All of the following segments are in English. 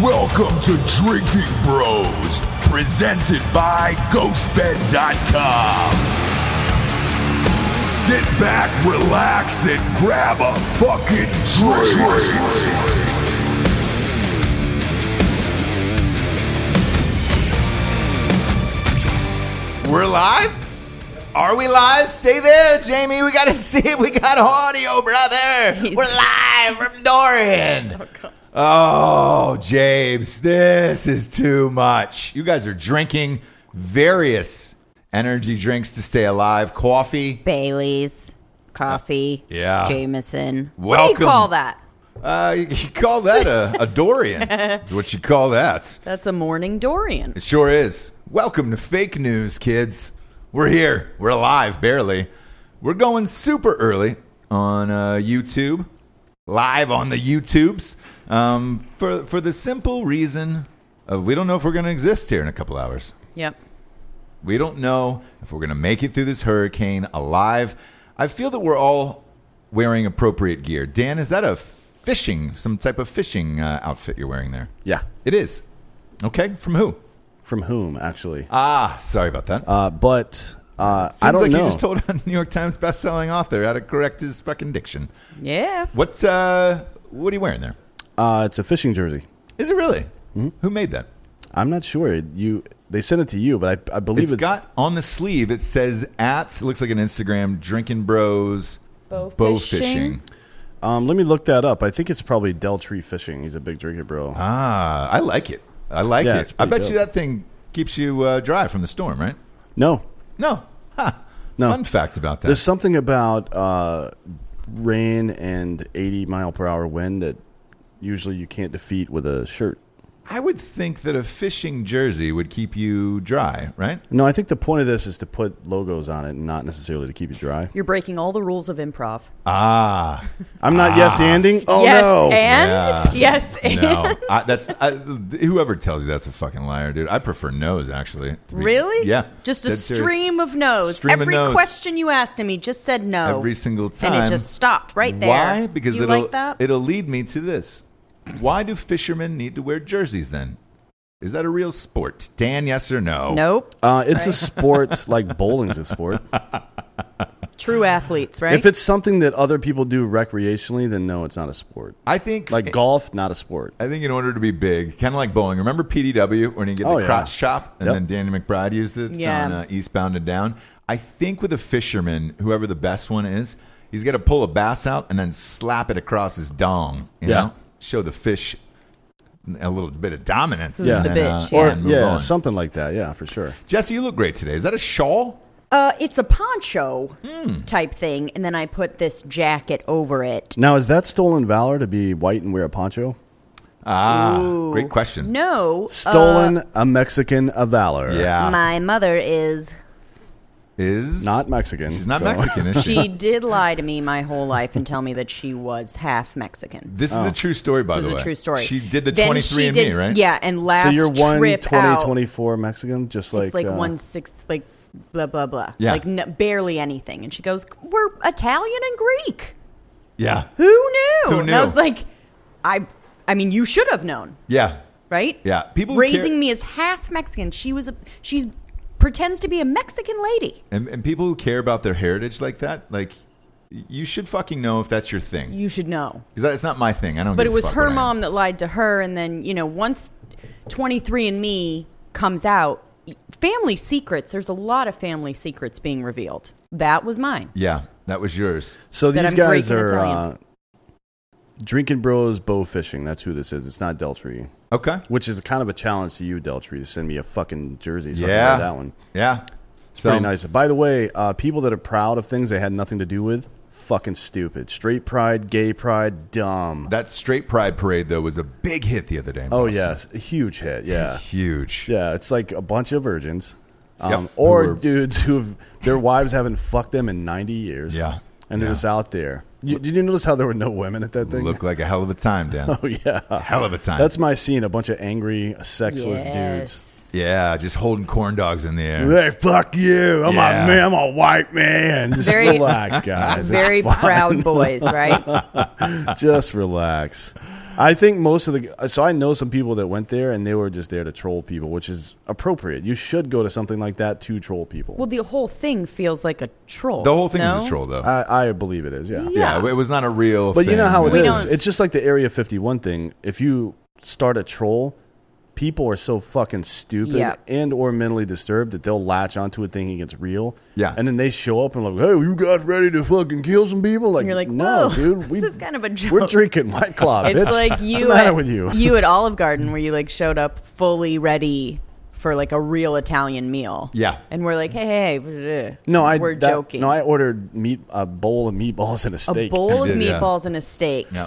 Welcome to Drinking Bros, presented by GhostBed.com. Sit back, relax, and grab a fucking drink. We're live? Are we live? Stay there, Jamie. We gotta see if we got audio, brother. We're live from Dorian. Oh, James, this is too much. You guys are drinking various energy drinks to stay alive. Coffee. Bailey's, coffee, Yeah. Jameson. What do Welcome. you call that? Uh, you, you call that a, a Dorian. That's what you call that. That's a morning Dorian. It sure is. Welcome to fake news, kids. We're here. We're alive, barely. We're going super early on uh, YouTube, live on the YouTubes, um, for for the simple reason of we don't know if we're going to exist here in a couple hours. Yep. We don't know if we're going to make it through this hurricane alive. I feel that we're all wearing appropriate gear. Dan, is that a fishing, some type of fishing uh, outfit you're wearing there? Yeah. It is. Okay, from who? From whom, actually? Ah, sorry about that. Uh, but uh, I Seems don't like know. you just told a New York Times best-selling author how to correct his fucking diction. Yeah. What's uh, what are you wearing there? uh, it's a fishing jersey. Is it really? Hmm? Who made that? I'm not sure. You they sent it to you, but I, I believe It's it's, got on the sleeve. It says at. Looks like an Instagram drinking bros. Bow fishing. fishing. Um, let me look that up. I think it's probably Deltree Fishing. He's a big drinker, bro. Ah, I like it. I like Yeah, it. it's I pretty bet you dope. that thing keeps you uh, dry from the storm, right? no, No. Ha. No. Fun facts about that. there's something about uh, rain and 80 mile per hour wind that usually you can't defeat with a shirt. I would think that a fishing jersey would keep you dry, right? No, I think the point of this is to put logos on it, and not necessarily to keep you dry. You're breaking all the rules of improv. Ah, I'm not yes anding. Oh yes, no! and Yeah. yes, and No, I, that's I, whoever tells you that's a fucking liar, dude. I prefer no's actually. to be- really? Yeah. Just a Dead serious. stream of no's. Stream of Every no's. question you asked him, he just said no. every single time. And it just stopped right there. Why? Because you it'll like that? it'll lead me to this. Why do fishermen need to wear jerseys then? Is that a real sport, Dan? Yes or no? nope. Uh, it's a sport like bowling's a sport. True athletes, right? If it's something that other people do recreationally, then no, it's not a sport. I think Like golf, not a sport. I think in order to be big, kind of like bowling. Remember PDW when you get Oh, the yeah. crotch chop, and Yep. then Danny McBride used it It's Yeah. on uh, Eastbound and Down. I think with a fisherman, whoever the best one is, he's got to pull a bass out and then slap it across his dong. You Yeah. know, show the fish a little bit of dominance. Yeah. and the then, uh, bitch, yeah. Or- and move Yeah, on. something like that. Yeah, for sure. Jesse, you look great today. Is that a shawl? Uh, it's a poncho Hmm. type thing, and then I put this jacket over it. Now, is that stolen valor to be white and wear a poncho? Ah, great question. uh, No, Stolen a Mexican a valor. Yeah, my mother is. is Not Mexican. She's not so- Mexican, is she? She did lie to me my whole life and tell me that she was half Mexican. This is Oh. a true story, by This the is way. a true story. She did the Then twenty she three and me, did- right? Yeah, and last So you're one trip 20, out, 24 Mexican, just like, it's like uh, one six, like s- blah blah blah, Yeah. like n- barely anything. And she goes, "We're Italian and Greek. yeah, Who knew?" Who And I was knew? like, "I, I mean, you should have known, yeah. right?" Yeah, people who raising care- me as half Mexican. She was a she's pretends to be a Mexican lady. And, and people who care about their heritage like that, like, you should fucking know if that's your thing. You should know. Because it's not my thing. I don't. but give a it was fuck her what I am. mom that lied to her, and then you know once 23andMe comes out, family secrets. There's a lot of family secrets being revealed. That was mine. Yeah, that was yours. So that these I'm guys Greek and are uh, Italian. drinking bros, bow fishing. That's who this is. It's not Deltree, Okay. which is kind of a challenge to you, Deltree, to send me a fucking jersey. So I can yeah. wear that one. Yeah. It's pretty nice. By the way, uh, people that are proud of things they had nothing to do with, fucking stupid. Straight pride, gay pride, dumb. That straight pride parade though was a big hit the other day. in oh Boston. yes, a huge hit. Yeah, Huge. yeah. It's like a bunch of virgins, um, Yep. or Who are- dudes who've their wives haven't fucked them in ninety years. Yeah. and they're Yeah. just out there. You, did you notice how there were no women at that thing? Looked like a hell of a time, Dan. oh yeah, hell of a time. that's my scene. A bunch of angry, sexless dudes. yeah, just holding corn dogs in the air. Hey, fuck you! I'm Yeah. a man. I'm a white man. Just Very- relax, guys. It's Very fine. proud boys, right? Just relax. I think most of the so I know some people that went there and they were just there to troll people, which is appropriate. You should go to something like that to troll people. Well, the whole thing feels like a troll. The whole thing no? is a troll, though. I, I believe it is, yeah. yeah. yeah. it was not a real. Uh, But you know thing, how it man. is. don't- It's just like the Area 51 thing. If you start a troll, people are so fucking stupid Yeah. and or mentally disturbed that they'll latch onto it thinking it's real. Yeah. And then they show up and like, hey, you guys ready to fucking kill some people? Like, you're like, no, "Whoa, dude. this We, is kind of a We're joke." drinking White Claw, It's bitch. like you What's the matter at, with you? you at Olive Garden where you like showed up fully ready for like a real Italian meal. Yeah. And we're like, hey, hey, hey, No, I we're that- joking. No, I ordered meat a bowl of meatballs and a a steak. bowl of You did, yeah. meatballs and a steak. Yeah.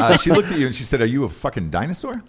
uh, she looked at you and she said, "Are you a fucking dinosaur?"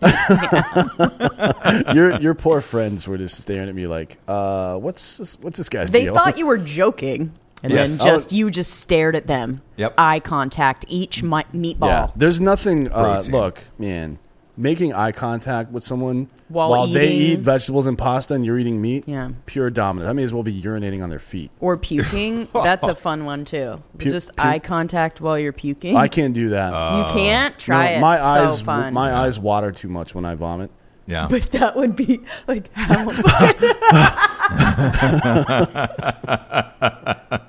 your your poor friends were just staring at me like, uh, what's this, what's this guy's They deal? thought you were joking. And Yes. then just Oh. you just stared at them. Yep. Eye contact each mi- meatball. Yeah, there's nothing. Uh, Crazy. look, man, making eye contact with someone While they eat eating. vegetables and pasta and you're eating meat, Yeah. pure dominance. I may as well be urinating on their feet. Or puking. That's a fun one too. Pu- just pu- eye contact while you're puking. I can't do that. you can't try No, it. My so eyes, fun. my eyes water too much when I vomit. Yeah. but that would be like how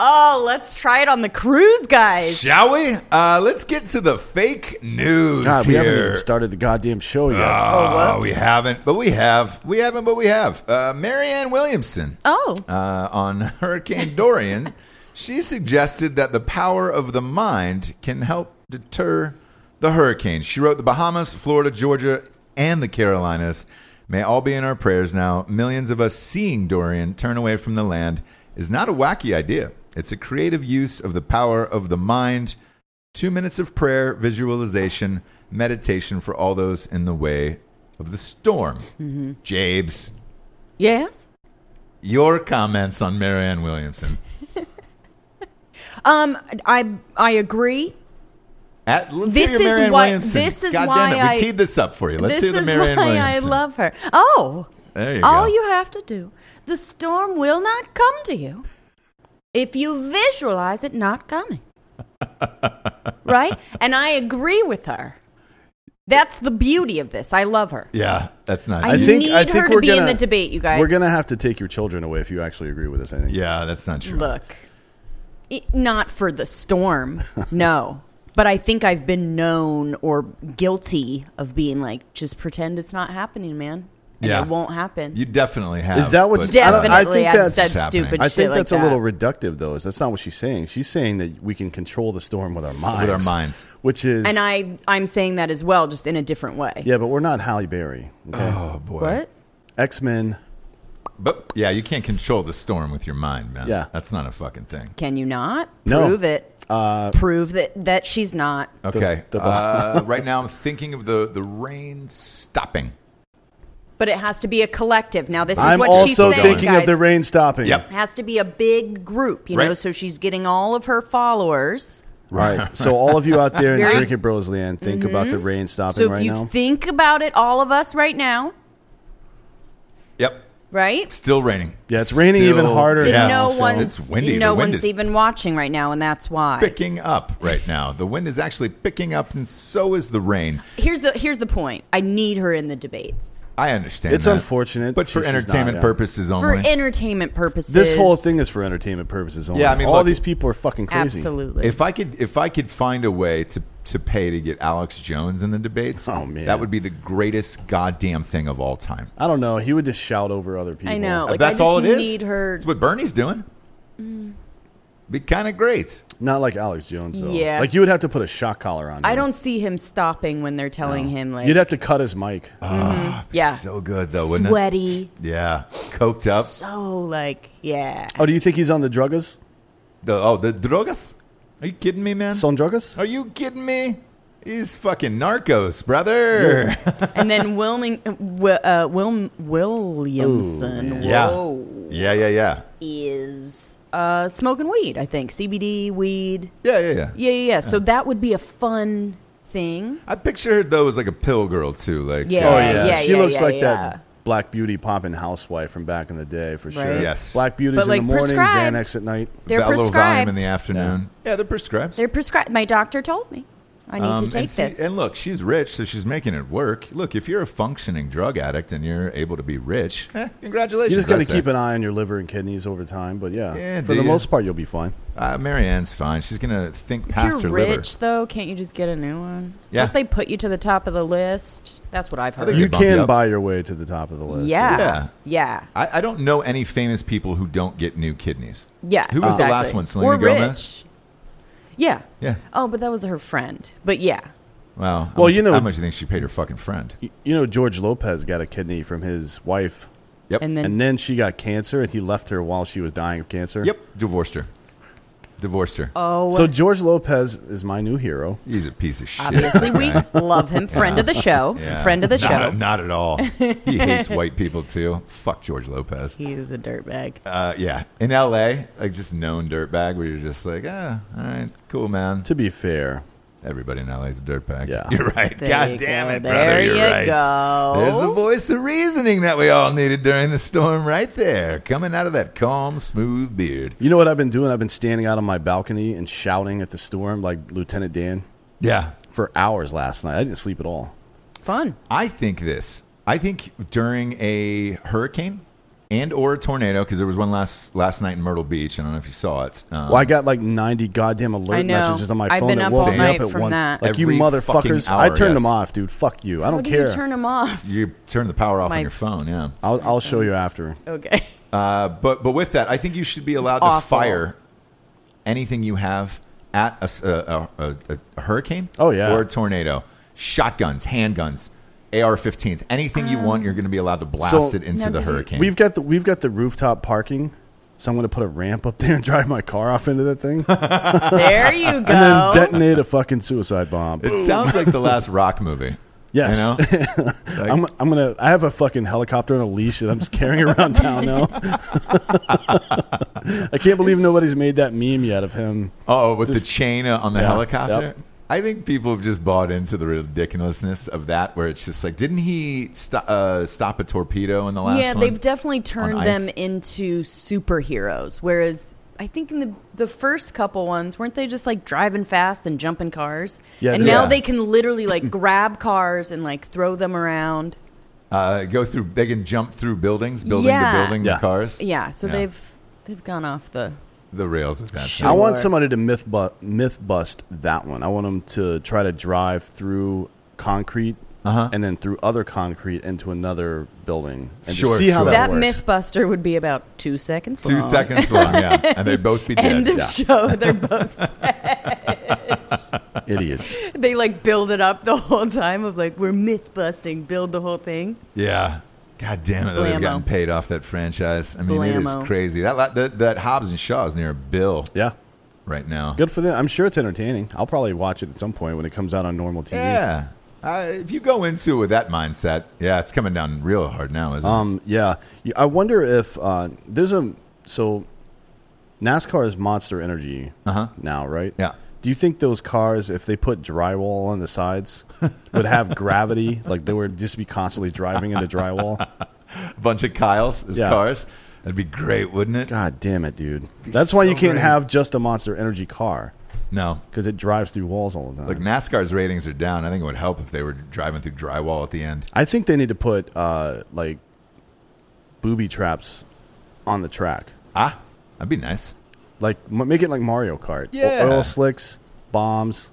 Oh, let's try it on the cruise, guys. Shall we? Uh, let's get to the fake news God, we here. haven't even started the goddamn show yet. Uh, we haven't, but we have. We haven't, but we have. Uh, Marianne Williamson. Oh. Uh, on Hurricane Dorian, she suggested that the power of the mind can help deter the hurricane. She wrote the Bahamas, Florida, Georgia, and the Carolinas may all be in our prayers now. Millions of us seeing Dorian turn away from the land is not a wacky idea. It's a creative use of the power of the mind. Two minutes of prayer, visualization, meditation for all those in the way of the storm. Jabes, Yes. your comments on Marianne Williamson. Um I I agree. At, let's This hear is your Marianne why- Williamson. this is God why damn it, we I- teed this up for you. Let's this hear the is Marianne why Williamson. I love her. Oh. There you All go. you have to do, the storm will not come to you if you visualize it not coming. right? And I agree with her. That's the beauty of this. I love her. yeah, that's not. I- you. need her to be in the debate, you guys. We're gonna have to take your children away if you actually agree with us. I think. yeah, that's not true. Look, it, not for the storm, no. But I think I've been known or guilty of being like, just pretend it's not happening, man. And Yeah. it won't happen. You definitely have. Is that what- but- I don't- Definitely, I I think have that's- said happening. stupid I shit think like that's that. a little reductive, though. Is that's not what she's saying? She's saying that we can control the storm with our minds. our minds. which is and I, I'm saying that as well, just in a different way. Yeah, but we're not Halle Berry. Okay? Oh boy. What? X Men. But yeah, you can't control the storm with your mind, man. Yeah. that's not a fucking thing. Can you not? No. Uh, Prove it. Prove that, that she's not. Okay. the- uh, right now, I'm thinking of the the rain stopping. But it has to be a collective. Now, this is I'm what she's also saying, thinking guys. of the rain stopping. Yep. It has to be a big group, you know, Right. so she's getting all of her followers. Right. So all of you out there in Very- Mm-hmm. Drink It Bros Land, think about the rain stopping So if right you now. think about it, all of us right now, Yep. right? Still raining. Yeah, it's raining even harder Then Yeah, no so- one's It's windy. The no wind one's is even watching right now, and that's why. picking up right now. The wind is actually picking up, and so is the rain. Here's the here's the point. I need her in the debates I understand. It's that. unfortunate but for she's just not, entertainment yeah. purposes for only. entertainment purposes. this whole thing is for entertainment purposes only. Yeah, I mean, all look- these people are fucking crazy. absolutely. if I could, if I could find a way to to pay to get Alex Jones in the debates, Oh, man. that would be the greatest goddamn thing of all time. I don't know. He would just shout over other people. I know. Like, I That's just all it is. need her. Mm. That's what Bernie's doing. Be kind of great. Not like Alex Jones though. Yeah. Like you would have to put a shock collar on. Him. I don't see him stopping when they're telling him like You'd have to cut his mic. yeah, So good though, wouldn't sweaty, it? Yeah, coked up. so like yeah. Oh, do you think he's on the druggas? The, oh, the drogas? Are you kidding me, man? Son druggas? Are you kidding me? He's fucking narcos, brother. And then Wilming, Wil- uh, Wil- Williamson Yeah. whoa, Yeah, yeah, yeah. is uh, smoking weed, I think. CBD, weed. Yeah, yeah, yeah. Yeah, yeah, yeah. So that would be a fun thing. I picture her though as like a pill girl too. Like Yeah. Oh uh, yeah. yeah, she yeah, looks yeah, like yeah. that Black Beauty popping housewife from back in the day for sure. Right. Yes. Black Beauty's But, in like, the morning, prescribed. Xanax at night. They're Valium prescribed. in the afternoon. Yeah, they're prescribed. They're prescribed. My doctor told me. I need Um, to take and see- this. And look, she's rich, so she's making it work. Look, if you're a functioning drug addict and you're able to be rich, eh, congratulations. You just got I to say. keep an eye on your liver and kidneys over time, but yeah, Yeah, do for the ya? most part, you'll be fine. Uh, Marianne's fine. She's gonna think if past her you're rich, liver. though, can't you just get a new one? Yeah. Don't they put you to the top of the list? That's what I've heard. think You could bump you can up. buy your way to the top of the list. yeah. Yeah. yeah. I, I don't know any famous people who don't get new kidneys. Yeah, Who was the exactly. last one? Selena or Gomez. Rich. Yeah. Yeah. Oh, but that was her friend. But yeah. Wow. How Well, much- you know- how much do you think she paid her fucking friend? Y- You know, George Lopez got a kidney from his wife, Yep. And then and then she got cancer, and he left her while she was dying of cancer. yep, divorced her. Divorced her. oh, So George Lopez is my new hero. He's a piece of shit. obviously we Right. love him. Friend of the show. Yeah. Friend of the Not- show. Not at all. He hates white people too. Fuck George Lopez. He's a dirtbag. Uh, yeah, in L.A., like just known dirtbag, where you're just like, ah, all right, cool, man. To be fair, Everybody in L.A. is a dirtbag. Yeah. you're right. There God you damn go. it, There brother. you're you right. go. There's the voice of reasoning that we all needed during the storm, right there, coming out of that calm, smooth beard. you know what I've been doing? I've been standing out on my balcony and shouting at the storm like Lieutenant Dan Yeah, for hours last night. I didn't sleep at all. Fun. I think this. I think during a hurricane and or a tornado, because there was one last last night in Myrtle Beach. I don't know if you saw it. Um, Well, I got like 90 goddamn alert I know. messages on my I've phone been that up woke all me night up at from one. that. Like you Every fucking motherfuckers, hour, I turned them yes. off, dude. Fuck you. I How don't do care. you turn him off? you turn the power off My- on your phone. Yeah. I'll, I'll show you after. Okay. Uh, but but with that, I think you should be allowed to awful. fire anything you have at a s- a, a- a- a hurricane. Oh, yeah. or a tornado. Shotguns, handguns, AR-15s, anything you want, you're going to be allowed to blast so- it into Now, the did you- hurricane. We've got the we've got the rooftop parking, so I'm going to put a ramp up there and drive my car off into that thing and There you then go. detonate a fucking suicide bomb. it sounds like the last Rock movie. Yes. You know? I'm, I'm gonna. I have a fucking helicopter on a leash that I'm just carrying around town now. I can't believe nobody's made that meme yet of him. Oh, with the chain uh, on the Yeah, helicopter. yep. I think people have just bought into the ridiculousness of that, where it's just like, didn't he sto- uh, stop a torpedo in the last yeah, one? they've definitely turned ice. them into superheroes. Whereas I think in the the first couple ones, weren't they just like driving fast and jumping cars? Yeah, and they- now Yeah. they can literally like grab cars and like throw them around. uh, go through. They can jump through buildings, building Yeah. to building, Yeah. the cars. Yeah, so Yeah. they've they've gone off the the rails with that. I thing. want somebody to myth, bu- myth bust that one. I want them to try to drive through concrete and then through other concrete into another building and Sure, just see how sure. that, that works. MythBuster would be about two seconds. Two long. seconds long, yeah, and they'd both be dead. End of Yeah. show. They're both Idiots. they like build it up the whole time of like we're myth busting, build the whole thing. Yeah. God damn it! though, They've Blammo. gotten paid off that franchise. I mean, it is Blammo. crazy. That, la- that that Hobbs and Shaw is near a bill Yeah. right now. Good for them. I'm sure it's entertaining. I'll probably watch it at some point when it comes out on normal TV. Yeah. Uh, if you go into it with that mindset, yeah, it's coming down real hard now, isn't it? Um, yeah. You- I wonder if uh, there's a so NASCAR is Monster Energy now, right? Uh-huh. Yeah. Do you think those cars, if they put drywall on the sides, would have gravity? Like they would just be constantly driving into drywall? A bunch of Kyles as Yeah. cars. That'd be great, wouldn't it? God damn it, dude! That's why so you can't great. have just a Monster Energy car No. because it drives through walls all the time. Like NASCAR's ratings are down. I think it would help if they were driving through drywall at the end. I think they need to put uh, like booby traps on the track, Ah, that'd be nice. like m- make it like Mario Kart. O- Yeah. oil slicks, bombs.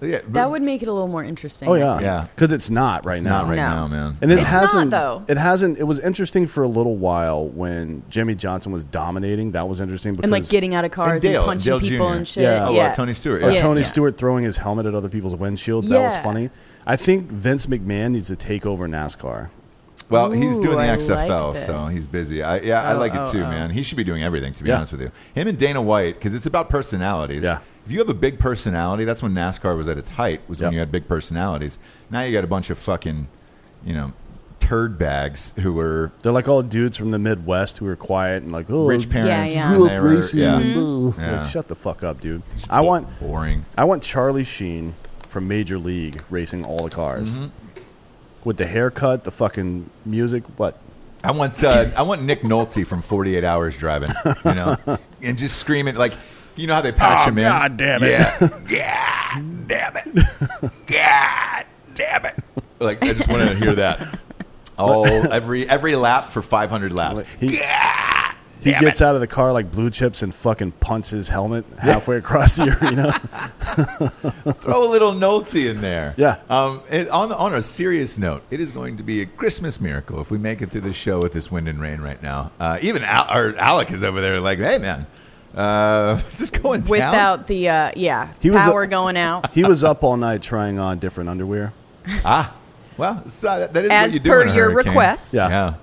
Yeah, but That would make it a little more interesting. Oh yeah, Yeah. Because it's not right it's now. not right No. now, man. And it It's not, hasn't. though. It hasn't. It was interesting for a little while when Jimmy Johnson was dominating. That was interesting because And like getting out of cars And and, Dale, punching Dale people Jr.. and shit. Yeah. Yeah. Oh, uh, Tony Stewart, or yeah. Tony Yeah. Stewart throwing his helmet at other people's windshields. That was Yeah. funny. I think Vince McMahon needs to take over NASCAR. Well, he's Ooh, doing the I like XFL, so this. he's busy. I, yeah, I Oh, like it oh, too, oh. man. He should be doing everything, to be Yeah. honest with you. Him and Dana White, because it's about personalities. Yeah. If you have a big personality, that's when NASCAR was at its height, was when Yep. you had big personalities. Now you got a bunch of fucking, you know, turd bags who were They're like all dudes from the Midwest who are quiet and like, oh, rich parents. yeah. And screw they up were, racing. yeah. Mm-hmm. Boo. Like, Yeah. shut the fuck up, dude. I want. boring. I want Charlie Sheen from Major League racing all the cars. Mm-hmm. With the haircut, the fucking music, what? I want uh, I want Nick Nolte from Forty Eight Hours driving, you know, and just screaming like, you know how they patch Oh, him in. God damn it. Yeah, yeah, God damn it. God damn it. Like, I just wanted to hear that. Oh, every every lap for 500 laps. He- God He damn gets it. out of the car like blue chips and fucking punts his helmet halfway across the arena. Throw a little nolty in there. Yeah. Um, and on, on a serious note, it is going to be a Christmas miracle if we make it through the show with this wind and rain right now. Uh, even Al- or Alec is over there like, hey, man, uh, is this going down? Without the uh, yeah He was a- power going out, He was up all night trying on different underwear. Ah, well, so that- that is what as you do per in a your hurricane. request, Yeah. Yeah.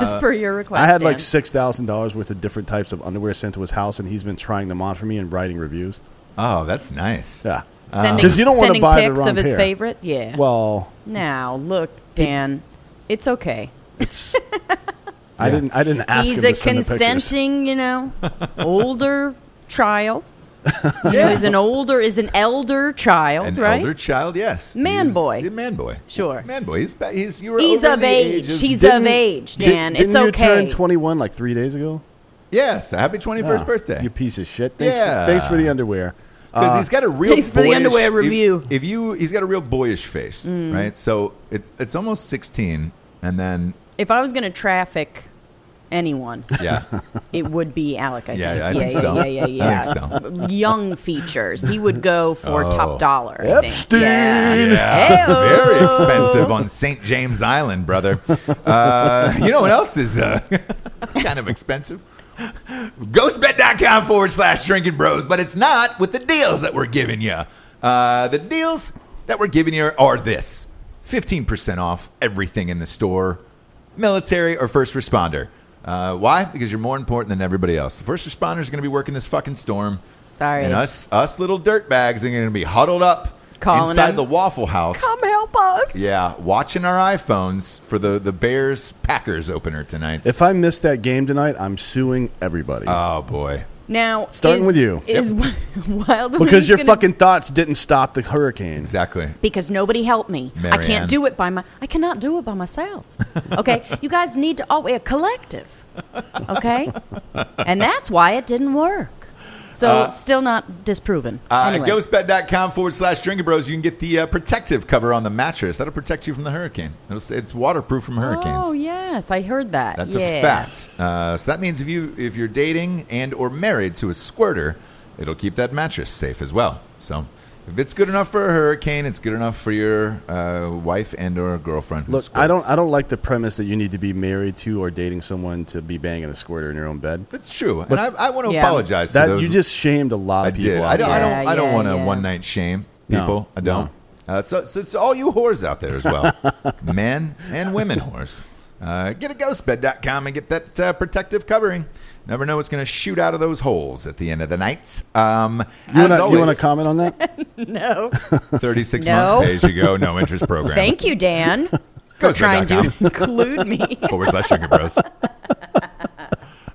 as per your request. I had like Dan. six thousand dollars worth of different types of underwear sent to his house, and he's been trying them on for me and writing reviews. Oh, that's nice. Yeah, sending, uh, you don't wanna sending buy the pics wrong of his pair. favorite. Yeah. Well, now look, Dan, it's okay. it's. I didn't. I didn't ask He's him a to send the pictures. consenting, you know, older child. He was an older, is an elder child, An right? elder child, yes. Man He's boy. a Man boy. Sure. Man boy. He's, ba- he's, you were He's over of the age. of- He's Didn't- of age, Di- Dan. didn't it's you okay. turn twenty-one like three days ago? yes. Happy 21st Yeah. birthday. You piece of shit. Thanks, Yeah. for, thanks for the underwear. Because Uh, he's got a real. Thanks for the boyish- underwear if- review. Mm. If, you, he's got a real boyish face, right? So it, it's almost sixteen, and then if I was going to traffic anyone, yeah, it would be Alec. I Yeah, yeah, I think think. yeah, so. yeah, yeah, yeah, I yeah. think Young features. He would go for top dollar. I think. Epstein. Yeah. yeah, Heyo. very expensive on St. James Island, brother. Uh, you know what else is uh, kind of expensive? ghostbet.com forward slash drinking bros, but it's not with the deals that we're giving you. Uh, the deals that we're giving you are this 15% off everything in the store, military or first responder. Uh, why? Because you're more important than everybody else. The first responders are going to be working this fucking storm. Sorry. And us, us little dirtbags are going to be huddled up Calling inside them. the Waffle House. Come help us. Yeah, watching our iPhones for the, the Bears Packers opener tonight. If I miss that game tonight, I'm suing everybody oh, boy. Now, Starting is- with you. is Wild because Wings your gonna- fucking thoughts didn't stop the hurricane. Exactly. because nobody helped me. I Marianne. can't do it by my. I cannot do it by myself. Okay, you guys need to all a collective. Okay, and that's why it didn't work. So still not disproven. Uh, anyway, At ghostbed.com forward slash drinking bros, you can get the uh, protective cover on the mattress. That'll protect you from the hurricane. It'll, it's waterproof from hurricanes. oh yes, I heard that. That's yeah. a fact. Uh, so that means if you if you're dating and or married to a squirter, it'll keep that mattress safe as well. So if it's good enough for a hurricane, it's good enough for your uh, wife and or girlfriend. who Look, I don't. squirts. I don't like the premise that you need to be married to or dating someone to be banging a squirter in your own bed. That's true, and I, I want to Yeah. apologize to That those. you just shamed a lot I of people. did. out I don't. I there. don't. I don't Yeah, want to yeah. one night shame No, people. I don't. Uh, so, so it's all you whores out there as well, men and women whores. Uh, get a ghostbed.com and get that uh, protective covering. Never know what's going to shoot out of those holes at the end of the night. Um, You as wanna- You always, want to comment on that? No, 36 No. months pay as you go, no interest program. thank you, Dan, for trying to Ghostbed.com include me. forward slash sugar bros.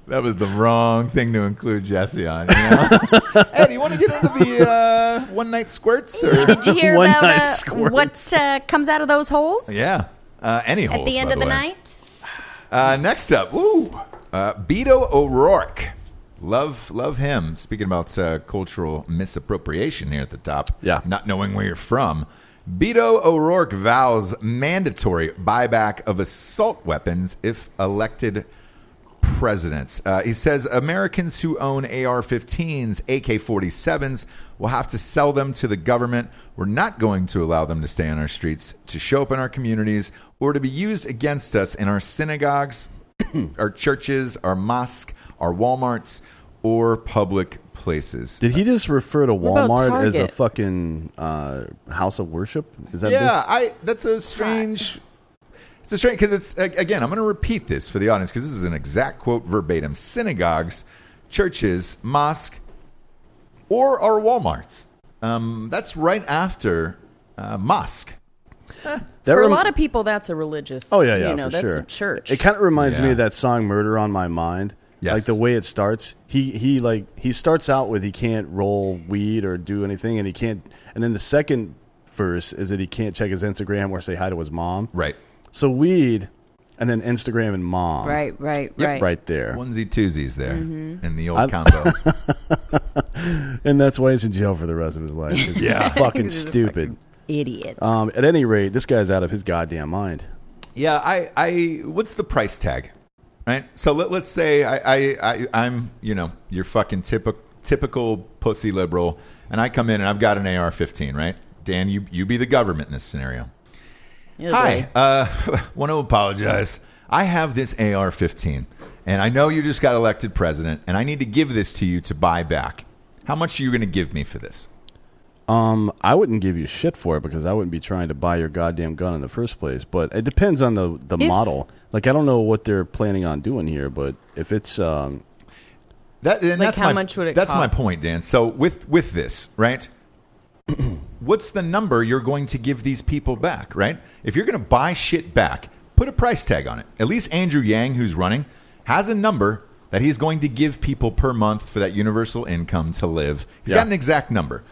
That was the wrong thing to include Jesse on. You know? hey, do you want to get into the uh, one night squirts? Or? Did you hear One about night uh, squirts. what uh, comes out of those holes Yeah. Uh, any at holes, the end by of the way. night? Uh, next up, ooh, uh, Beto O'Rourke. Love, love him. Speaking about uh, cultural misappropriation here at the top. Yeah. Not knowing where you're from. Beto O'Rourke vows mandatory buyback of assault weapons if elected presidents. Uh, he says Americans who own AR 15s, AK 47s, will have to sell them to the government. We're not going to allow them to stay on our streets, to show up in our communities, or to be used against us in our synagogues, our churches, our mosque, our Walmarts, or public places. Did he just refer to about Walmart as a Target? fucking uh, house of worship? Is that yeah, I. That's a strange. It's a strange because it's a- again. I'm going to repeat this for the audience because this is an exact quote verbatim. Synagogues, churches, mosque, or our WalMarts. Um, that's right after uh, mosque. That For a rem- lot of people, that's a religious. Oh yeah, yeah, you know, for that's sure. a church. It kind of reminds me Yeah. of that song "Murder on My Mind." Yes. Like the way it starts, he he like he starts out with he can't roll weed or do anything, and he can't. And then the second verse is that he can't check his Instagram or say hi to his mom. Right. So weed, and then Instagram and mom. right, right, Yep. right. Right there. Onesie twosies there in the old I- combo. and that's why he's in jail for the rest of his life. 'cause he's Yeah. fucking stupid. Idiot. Uh, Um, at any rate, this guy's out of his goddamn mind. Yeah, I, I what's the price tag? Right? So let, let's say I, I, I I'm, you know, your fucking typical typical pussy liberal and I come in and I've got an AR fifteen, right? Dan, you you be the government in this scenario. Oh, Hi. Uh, want to apologize. I have this AR 15, and I know you just got elected president, and I need to give this to you to buy back. How much are you going to give me for this? Um, I wouldn't give you shit for it because I wouldn't be trying to buy your goddamn gun in the first place. But it depends on the the model. Like I don't know what they're planning on doing here, but if it's um, That, and Like, that's how my, much would it That's cost? my point, Dan. So with with this, right? What's the number you're going to give these people back, right? If you're going to buy shit back, put a price tag on it. At least Andrew Yang, who's running, has a number that he's going to give people per month for that universal income to live. He's Yeah. got an exact number.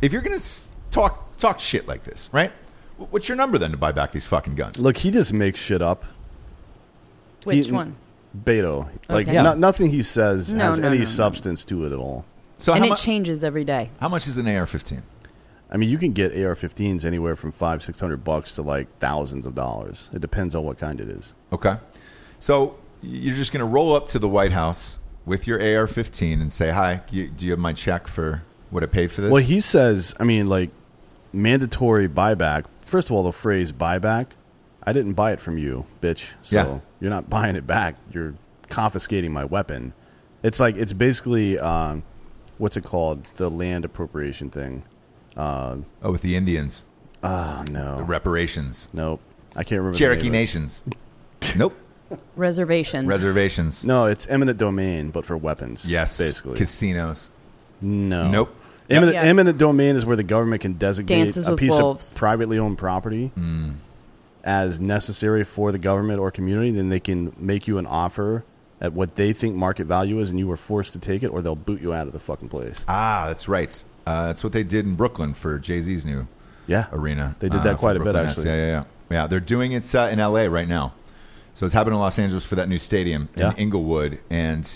If you're going to talk talk shit like this, right? Wh- What's your number then to buy back these fucking guns? look, he just makes shit up. Which He- one? Beto, like Okay. no- nothing he says No, has no, any no, no. substance to it at all. So and how, it mu- changes every day. how much is an AR-15? I mean, you can get AR-15s anywhere from five, six hundred bucks to like thousands of dollars. It depends on what kind it is. Okay. So you're just going to roll up to the White House with your AR 15 and say, Hi, you, do you have my check for what I paid for this? Well, he says, I mean, like mandatory buyback. First of all, the phrase buyback, I didn't buy it from you, bitch. So Yeah. you're not buying it back. You're confiscating my weapon. It's like, it's basically, um, what's it called? The land appropriation thing. Uh, oh, with the Indians, oh, no. reparations, nope. I can't remember. the Cherokee name of it. Nations. nope. Reservations. Reservations. No, it's eminent domain, but for weapons. Yes. Basically. Casinos. No. Nope. Eminent, Yeah. eminent domain is where the government can designate Dances a with piece wolves. of privately owned property Hmm. as necessary for the government or community. Then they can make you an offer at what they think market value is, and you were forced to take it, or they'll boot you out of the fucking place. Ah, that's right. Uh, that's what they did in Brooklyn for Jay Z's new Yeah, arena. They did uh, that for quite a bit, Brooklyn Nets. actually. Yeah, yeah, yeah. Yeah, they're doing it uh, in LA right now. So it's happening in Los Angeles for that new stadium Yeah. in Inglewood, and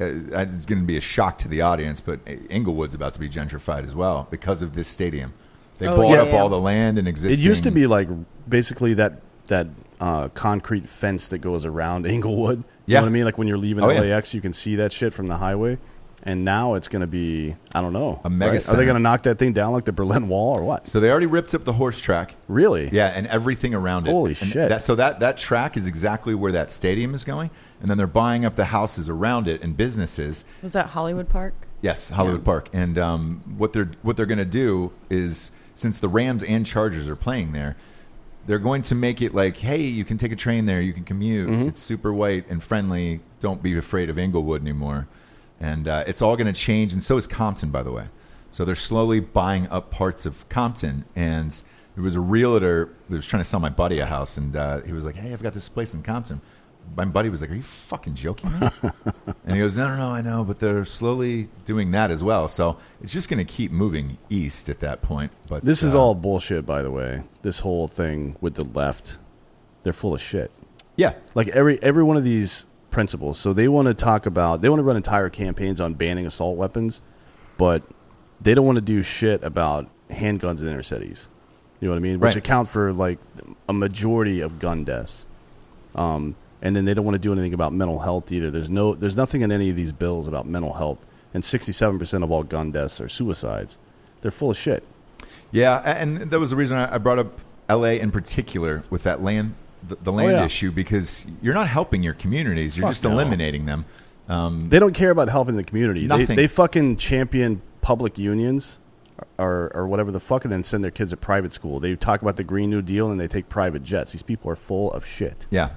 uh, it's going to be a shock to the audience. But Inglewood's about to be gentrified as well because of this stadium. They Oh, bought yeah, up yeah. all the land and It existing. used to be like basically that that uh, concrete fence that goes around Inglewood. You Yeah. know what I mean? Like when you're leaving Oh, yeah. LAX, you can see that shit from the highway. And now it's going to be I don't know. A mega Are center. they going to knock that thing down like the Berlin Wall or what? So they already ripped up the horse track. Really? Yeah, and everything around it. Holy And shit. That, so that that track is exactly where that stadium is going, and then they're buying up the houses around it and businesses. Was that Hollywood Park? Yes, Hollywood Park. And um, what they're what they're going to do is since the Rams and Chargers are playing there, they're going to make it like, hey, you can take a train there, you can commute. It's super white and friendly. Don't be afraid of Inglewood anymore. And uh, it's all going to change. And so is Compton, by the way. So they're slowly buying up parts of Compton. And there was a realtor that was trying to sell my buddy a house, and uh, he was like, hey, I've got this place in Compton. My buddy was like, "Are you fucking joking me?" And he goes, No, no, no, I know, but they're slowly doing that as well. So it's just going to keep moving east at that point. But This is uh, all bullshit, by the way. This whole thing with the left, they're full of shit. yeah, Like every every one of these principles. So they want to talk about they want to run entire campaigns on banning assault weapons, but they don't want to do shit about handguns in inner cities. You know what I mean? Which Right. account for like a majority of gun deaths. Um, and then they don't want to do anything about mental health either. There's no there's nothing in any of these bills about mental health. And 67% of all gun deaths are suicides. They're full of shit. yeah. a- And that was the reason I I brought up LA in particular with that land, the, the land Oh, yeah. issue, because you're not helping your communities, you're Fuck just no. eliminating them. Um, They don't care about helping the community. They, Nothing. they fucking champion public unions or, or whatever the fuck and then send their kids to private school. They talk about the Green New Deal and they take private jets. These people are full of shit. yeah.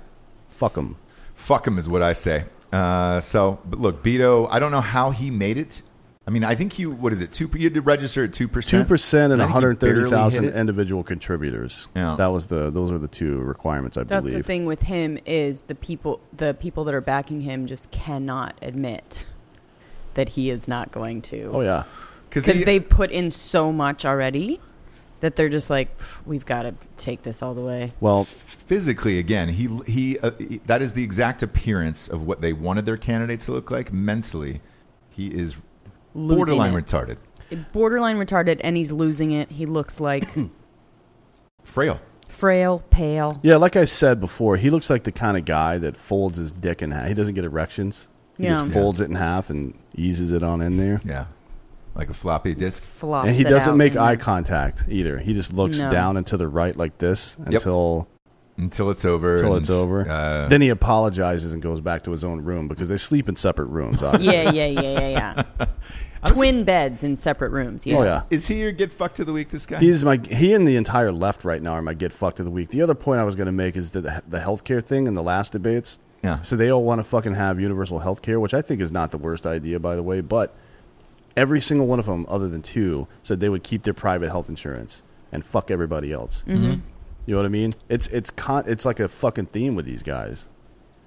Fuck them. Fuck him is what I say. Uh, so, but look, Beto, I don't know how he made it. I mean, I think you, what is it, 2 You had to register at 2%? 2% and I think you barely hit 130,000 it. individual contributors. Yeah. That was the those are the two requirements I That's the believe. thing with him is the people the people that are backing him just cannot admit that he is not going to. Oh yeah. Because he- they put in so much already that they're just like, "Pff, we've got to take this all the way. Well, physically again he he, uh, he- that is the exact appearance of what they wanted their candidates to look like mentally he is losing borderline it. retarded, borderline retarded, and he's losing it. He looks like frail. frail, pale. Yeah, like I said before, he looks like the kind of guy that folds his dick in half. He doesn't get erections. He Yeah. just folds it in half and eases it on in there. Yeah, like a floppy disk. Flops and he it doesn't out make and- eye contact either. He just looks No. down and to the right like this until Until it's over. until and, it's over. Uh, then he apologizes and goes back to his own room because they sleep in separate rooms. Obviously. Yeah, yeah, yeah, yeah, yeah. Twin beds in separate rooms. Yeah. Oh yeah. is he your get fucked to the week? This guy. He's my he and the entire left right now are my get fucked of the week. The other point I was going to make is that the, the healthcare thing in the last debates. Yeah. So they all want to fucking have universal healthcare, which I think is not the worst idea, by the way. But every single one of them, other than two, said they would keep their private health insurance and fuck everybody else. Mm-hmm. You know what I mean? It's it's con- it's like a fucking theme with these guys.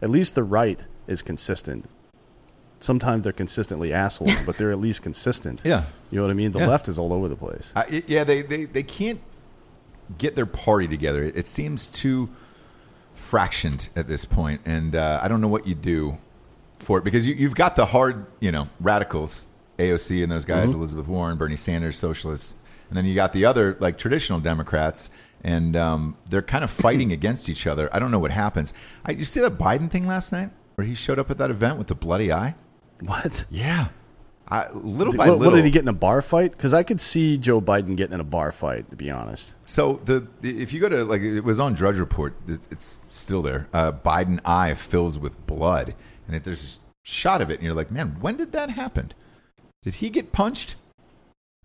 At least the right is consistent. Sometimes they're consistently assholes, but they're at least consistent. Yeah. You know what I mean? The Yeah. left is all over the place. I, it- yeah, they, they, they can't get their party together. It, it seems too fractioned at this point, and uh, I don't know what you do for it because you, you've got the hard, you know, radicals, AOC and those guys, Mm-hmm. Elizabeth Warren, Bernie Sanders, socialists, and then you got the other like traditional Democrats, and um, they're kind of fighting against each other. I don't know what happens. I, you see that Biden thing last night where he showed up at that event with the bloody eye? What? Yeah, I, little Did- by what, what little. did he get in a bar fight? Because I could see Joe Biden getting in a bar fight. To be honest, So the if you go to like it was on Drudge Report, it's, it's still there. Uh, Biden eye fills with blood, and if there's a shot of it, and you're like, man, when did that happen? Did he get punched?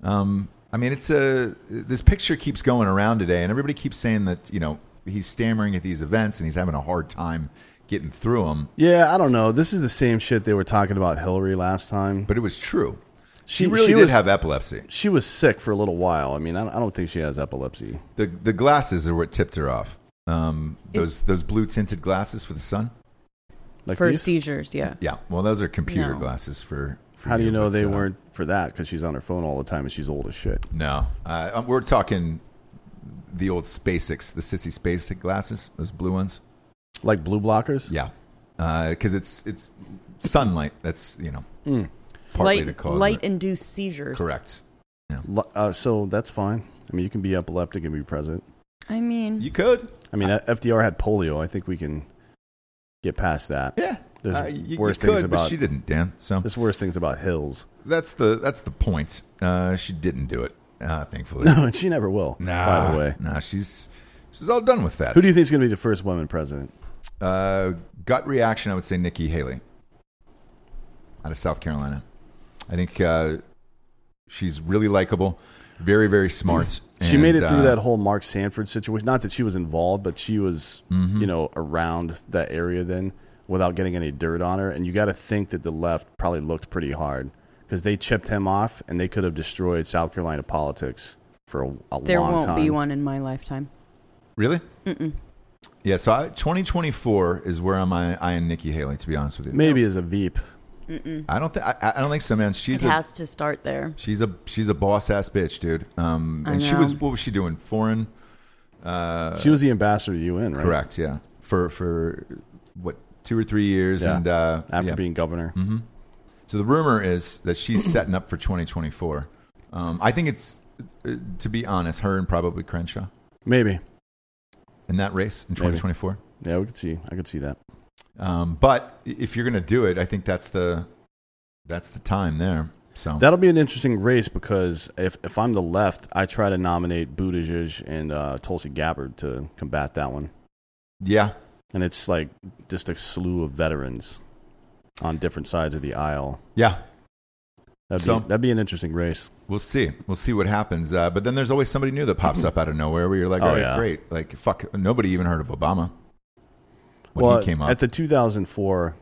Um, I mean, it's a this picture keeps going around today, and everybody keeps saying that you know he's stammering at these events and he's having a hard time getting through them, yeah, I don't know. This is the same shit they were talking about Hillary last time. but it was true. She, She- really she did was- have epilepsy. She was sick for a little while. I mean, I, I don't think she has epilepsy. The the glasses are what tipped her off. Um, those those blue tinted glasses for the sun. Like For these? seizures, yeah. Yeah, well, those are computer No. glasses for. for How do you know but, they uh, weren't for that? Because she's on her phone all the time and she's old as shit. No, uh, um, we're talking the old SpaceX, the sissy SpaceX glasses, those blue ones. Like blue blockers. Yeah, because it's it's sunlight. That's you know Hmm. partly to Light, cause light it. induced seizures. correct. Lo- Uh, so that's fine. I mean, you can be epileptic and be present. I mean, You could, I mean, FDR had polio. I think we can get past that. yeah. There's uh, you, worse you could, things but about- she didn't, Dan. So There's worse things about hills. that's the that's the point. Uh, she didn't do it, uh, thankfully. No, and she never will. nah, By the way, nah, she's she's all done with that. who do you think is going to be the first woman president? Uh, gut reaction, I would say Nikki Haley out of South Carolina. I think uh, she's really likable, very, very smart. She and, made it through uh, that whole Mark Sanford situation. Not that she was involved, but she was, Mm-hmm. you know, around that area then without getting any dirt on her. And you got to think that the left probably looked pretty hard because they chipped him off and they could have destroyed South Carolina politics for a, a there long won't time. be one in my lifetime. Really? Mm-mm. Yeah, so I, 2024 is where I'm I, I and Nikki Haley, to be honest with you. Maybe as a Veep. I don't think I, I don't think so, man. She's it a, has to start there. she's a she's a boss ass bitch, dude. Um, I and she know. was what was she doing? Foreign, she was the ambassador to UN, right? Uh, correct? Yeah, for for what two or three years, Yeah. and uh, After yeah. being governor. So the rumor is that she's setting up for 2024. Um, I think it's, uh, to be honest, her and probably Crenshaw Maybe. in that race in Maybe. 2024. Yeah, we could see. I could see that. Um, but i- if you're going to do it, I think that's the that's the time there. So That'll be an interesting race because if, if I'm the left, I try to nominate Buttigieg and uh, Tulsi Gabbard to combat that one. yeah, and it's like just a slew of veterans on different sides of the aisle. yeah, That'd, So- be, that'd be an interesting race. we'll see, we'll see what happens. Uh, but then there's always somebody new that pops up out of nowhere where you're like, Oh, all right, yeah. great, like fuck, nobody even heard of Obama when well, he came up. at the 2004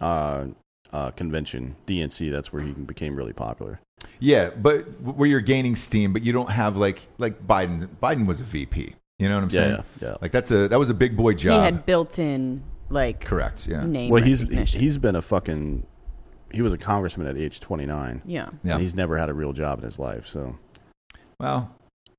uh, uh, convention, DNC, that's where he became really popular. Yeah, but where you're gaining steam, but you don't have like like Biden. Biden was a VP. You know what I'm Yeah, saying? yeah, yeah. Like that's a that was a big boy job. He had Mm. built in, like, Correct. Yeah. name well, he's recognition. he's been a fucking he was a congressman at age 29. yeah. Yeah. And he's never had a real job in his life. So Well,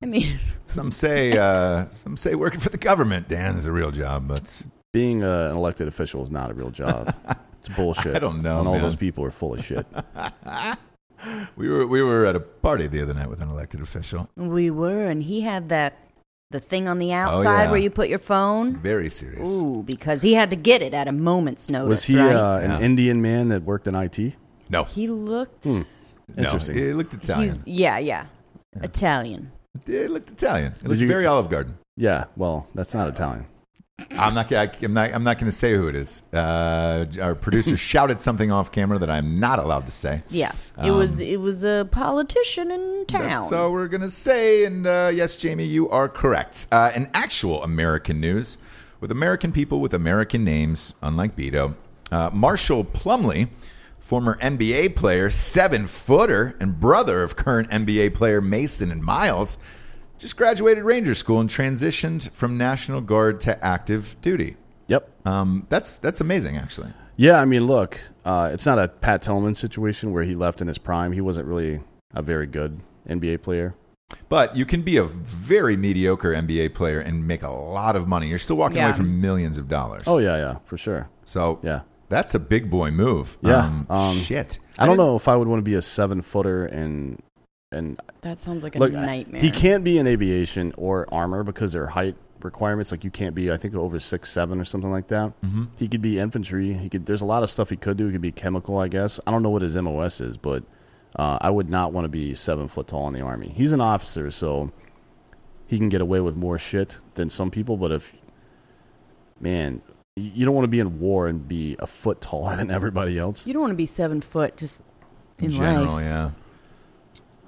I mean, some say uh, some say working for the government, Dan, is a real job, but being uh, an elected official is not a real job. it's bullshit. I don't know, And all man. those people are full of shit. We were we were at a party the other night with an elected official. We were, and he had that the thing on the outside Oh, yeah. where you put your phone. Very serious. Ooh, because he had to get it at a moment's notice. Was he Oh, right? uh, Yeah. an Indian man that worked in IT? No, he looked. no. Interesting. It looked Hmm. Italian. He's yeah, yeah, Italian. It looked Italian. It looked you- very Olive Garden. Yeah. Well, that's not Italian. I'm not. I- I'm not. I'm not going to say who it is. Uh, our producer shouted something off camera that I'm not allowed to say. Yeah, it was it was a politician in town. Um, That's all we're going to say. And uh, yes, Jamie, you are correct. Uh, in actual American news, with American people with American names, unlike Beto, uh, Marshall Plumley, former NBA player, seven footer, and brother of current NBA player Mason and Miles, just graduated Ranger School and transitioned from National Guard to active duty. Yep. Um, that's that's amazing, actually. Yeah. I mean, look, uh, it's not a Pat Tillman situation where he left in his prime. He wasn't really a very good NBA player. But you can be a very mediocre NBA player and make a lot of money. You're still walking Yeah. away from millions of dollars. Oh yeah, yeah, for sure. So Yeah. that's a big boy move. Yeah, Um, um, shit. I don't know if I would want to be a seven footer and and That sounds like a look, I- nightmare. He can't be in aviation or armor because their height requirements. Like you can't be, I think, over six seven or something like that. Mm-hmm. He could be infantry. He could. There's a lot of stuff he could do. He could be chemical, I guess. I don't know what his MOS is, but uh, I would not want to be seven foot tall in the army. He's an officer, so he can get away with more shit than some people. But if man, you you don't want to be in war and be a foot taller than everybody else. You don't want to be seven foot just in, In general, life. yeah.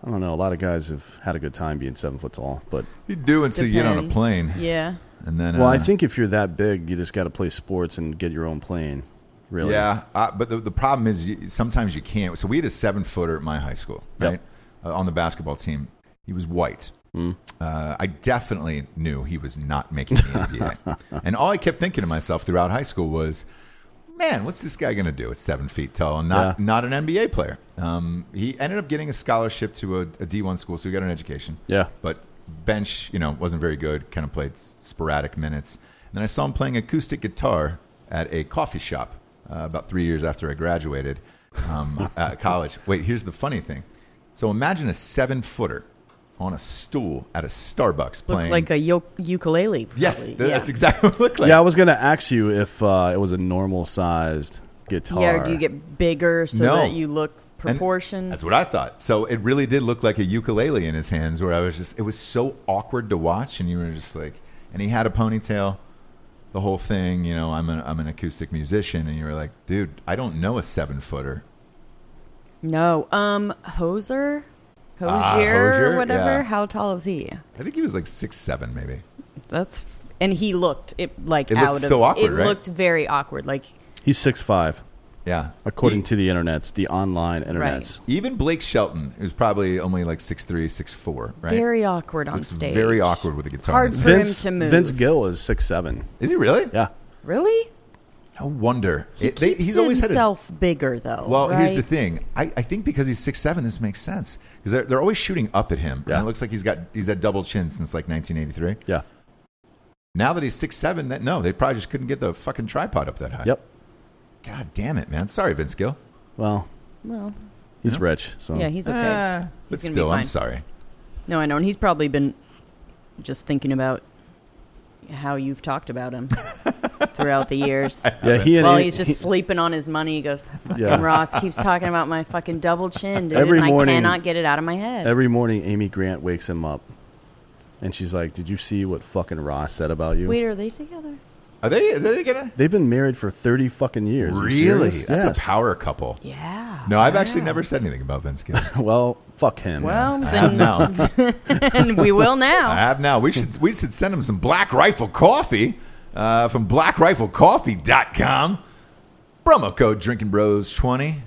I don't know. A lot of guys have had a good time being seven foot tall, but You do until you get on a Depends. plane. Yeah. And then. Well, uh, I think if you're that big, you just got to play sports and get your own plane. Really? Yeah. Uh, but the, the problem is you, sometimes you can't. So we had a seven footer at my high school, Yep. right? Uh, on the basketball team. He was white. Mm. Uh, I definitely knew he was not making the NBA. and all I kept thinking to myself throughout high school was, man, what's this guy going to do at seven feet tall and not, Yeah. not an NBA player? Um, he ended up getting a scholarship to a, a D1 school, so he got an education. Yeah. But bench, you know, wasn't very good, kind of played s- sporadic minutes. And then I saw him playing acoustic guitar at a coffee shop uh, about three years after I graduated um, at college. Wait, here's the funny thing. So imagine a seven footer on a stool at a Starbucks Looked playing. like a yo- ukulele. yes, probably. th- that's exactly what it looked like. Yeah, I was gonna ask you if uh, it was a normal sized guitar. Yeah, or do you get bigger so No. that you look And proportioned? That's what I thought. So it really did look like a ukulele in his hands, where I was just, it was so awkward to watch. And you were just like, and he had a ponytail, the whole thing, you know, I'm an, I'm an acoustic musician. And you were like, dude, I don't know a seven footer. no. Um, Hoser? Hosier? Ah, Hosier, or whatever? yeah. How tall is he? I think he was like six, seven, maybe. That's. f- And he looked it like It out looks of so awkward, It right? looked very awkward. Like He's six five, Yeah. according E- to the internets, the online internets. even Blake Shelton, who's probably only like six three, six four, right? very awkward on Looks stage. very awkward with a guitar. Hard in his for hand. him Vince to move. Vince Gill is six seven. Is he really? Yeah. Really? No wonder. It- they- Keeps he's always had a himself bigger though. Well, here's the right? thing. I, I think because he's six seven, this makes sense because they're, they're always shooting up at him. Yeah. And it looks like he's got he's had double chin since like 1983. Yeah. Now that he's six seven, that no, they probably just couldn't get the fucking tripod up that high. Yep. God damn it, man. Sorry, Vince Gill. Well, Well, he's rich. So yeah, he's okay. Ah, but He's gonna be still, I'm fine. sorry. No, I know, and he's probably been just thinking about how you've talked about him throughout the years. yeah. He and While An- he's just he- sleeping on his money, he goes, "Fucking Yeah. Ross keeps talking about my fucking double chin, dude, Every and morning- I cannot get it out of my head." every morning, Amy Grant wakes him up, and she's like, "Did you see what fucking Ross said about you?" Wait, are they together? Are they are they gonna They've been married for thirty fucking years. You really? serious? That's yes. a power couple. Yeah. No, I've actually never said anything about Vince Gill. well, fuck him. Well, I have then, now. and we will I now. have now. We should we should send him some Black Rifle Coffee uh, from blackriflecoffee.com. Promo code Drinking Bros 20.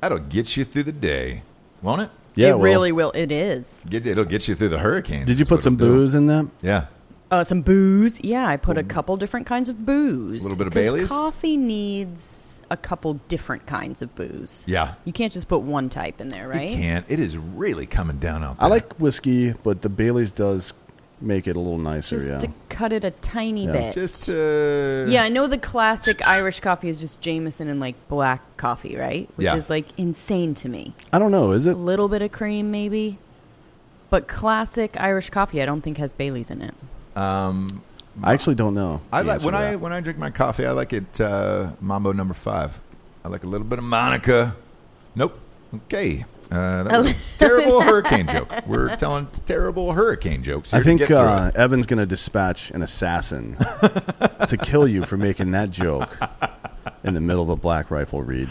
That'll get you through the day, won't it? yeah. it well, really will. It is. Get, it'll get you through the hurricanes. Did you is put what some it'll do. booze in that? Yeah. Uh, some booze. Yeah, I put a couple different kinds of booze. A Mm. Little bit of Baileys? Coffee needs a couple different kinds of booze. Yeah. You can't just put one type in there, right? You can't. It is really coming down out there. I like whiskey, but the Bailey's does make it a little nicer. Just yeah, a cut it a tiny Yeah. bit. Just uh, yeah, I know the classic Irish coffee is just Jameson and like black coffee, right? Which Yeah. is like insane to me. I don't know. Is it? A little bit of cream, maybe. But classic Irish coffee, I don't think has Bailey's in it. Um, I actually don't know. I the like answer when to I that. when I drink my coffee, I like it uh, Mambo number five. I like a little bit of Monica. Nope. Okay. Uh, that was a terrible hurricane joke. We're telling terrible hurricane jokes. here I to get think through uh, it. Evan's going to dispatch an assassin to kill you for making that joke in the middle of a Black Rifle read.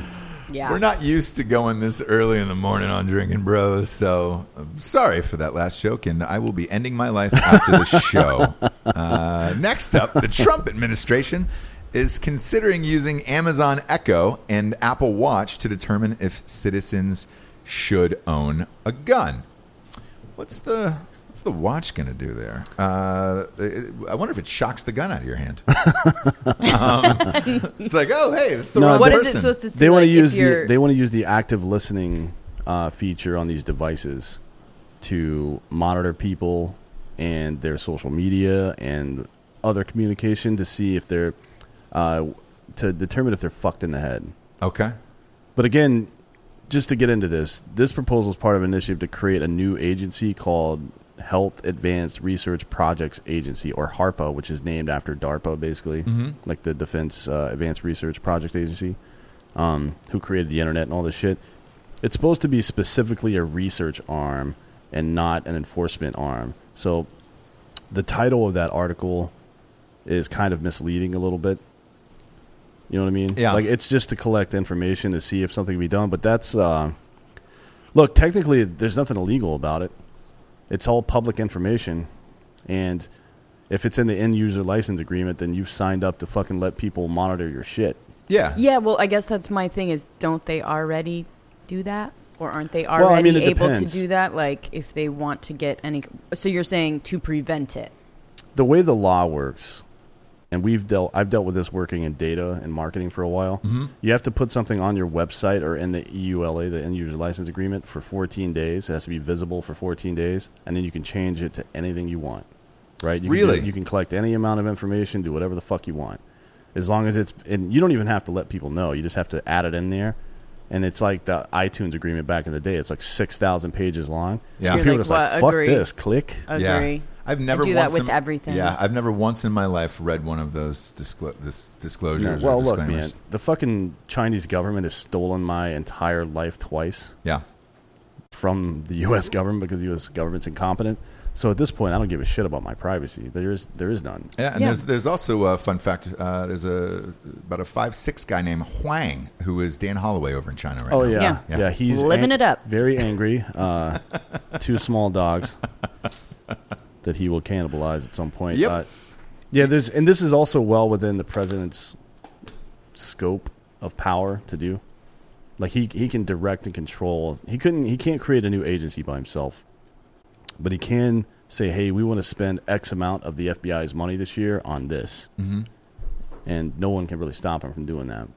Yeah. we're not used to going this early in the morning on Drinking Bros, so I'm sorry for that last joke, and I will be ending my life after the show. Uh, next up, the Trump administration is considering using Amazon Echo and Apple Watch to determine if citizens should own a gun. What's the what's the watch going to do there? Uh, it- I wonder if it shocks the gun out of your hand. Um, it's like, oh, hey, it's the No, wrong What is person. it supposed to say? They want like, to if use the, you're- they want to use the active listening uh, feature on these devices to monitor people and their social media and other communication to see if they're uh, to determine if they're fucked in the head. okay. But again, just to get into this, this proposal is part of an initiative to create a new agency called Health Advanced Research Projects Agency, or HARPA, which is named after DARPA, basically, like the Defense uh, Advanced Research Projects Agency, um, who created the internet and all this shit. It's supposed to be specifically a research arm and not an enforcement arm. So the title of that article is kind of misleading a little bit. You know what I mean? Yeah. Like it's just to collect information to see if something can be done. But that's uh, look. Technically, there's nothing illegal about it. It's all public information, and if it's in the end user license agreement, then you've signed up to fucking let people monitor your shit. Yeah. Yeah, well, I guess that's my thing is don't they already do that? Or aren't they I already mean, it able depends. to do that? Like, if they want to get any. So you're saying to prevent it? the way the law works, and we've dealt I've dealt with this working in data and marketing for a while. Mm-hmm. You have to put something on your website or in the E EULA, the end user license agreement, for 14 days. It has to be visible for 14 days, and then you can change it to anything you want. Right? You can do- Really? you can collect any amount of information, do whatever the fuck you want, as long as it's and you don't even have to let people know. You just have to add it in there. And it's like the iTunes agreement back in the day. It's like six thousand pages long. Yeah. So You're people like, are just like, "What? fuck Agree." this, click. Agree. Yeah. I've never I do once that with in- everything. Yeah, I've never once in my life read one of those disclo- this No, disclosures. well, or look, disclaimers. man, the fucking Chinese government has stolen my entire life twice Yeah, from the U.S. government because the U.S. government's incompetent. So at this point, I don't give a shit about my privacy. There is there is none. yeah. And Yeah. there's there's also a fun fact. Uh, there's a about a five six guy named Huang who is Dan Holloway over in China right Oh now. yeah, Yeah. yeah, Yeah. he's Living it up. Very angry. Uh, two small dogs that he will cannibalize at some point. Yep. Uh, yeah, there's and this is also well within the president's scope of power to do. Like he he can direct and control. He couldn't he can't create a new agency by himself. But he can say, "Hey, we want to spend X amount of the FBI's money this year on this." Mm-hmm. And no one can really stop him from doing that.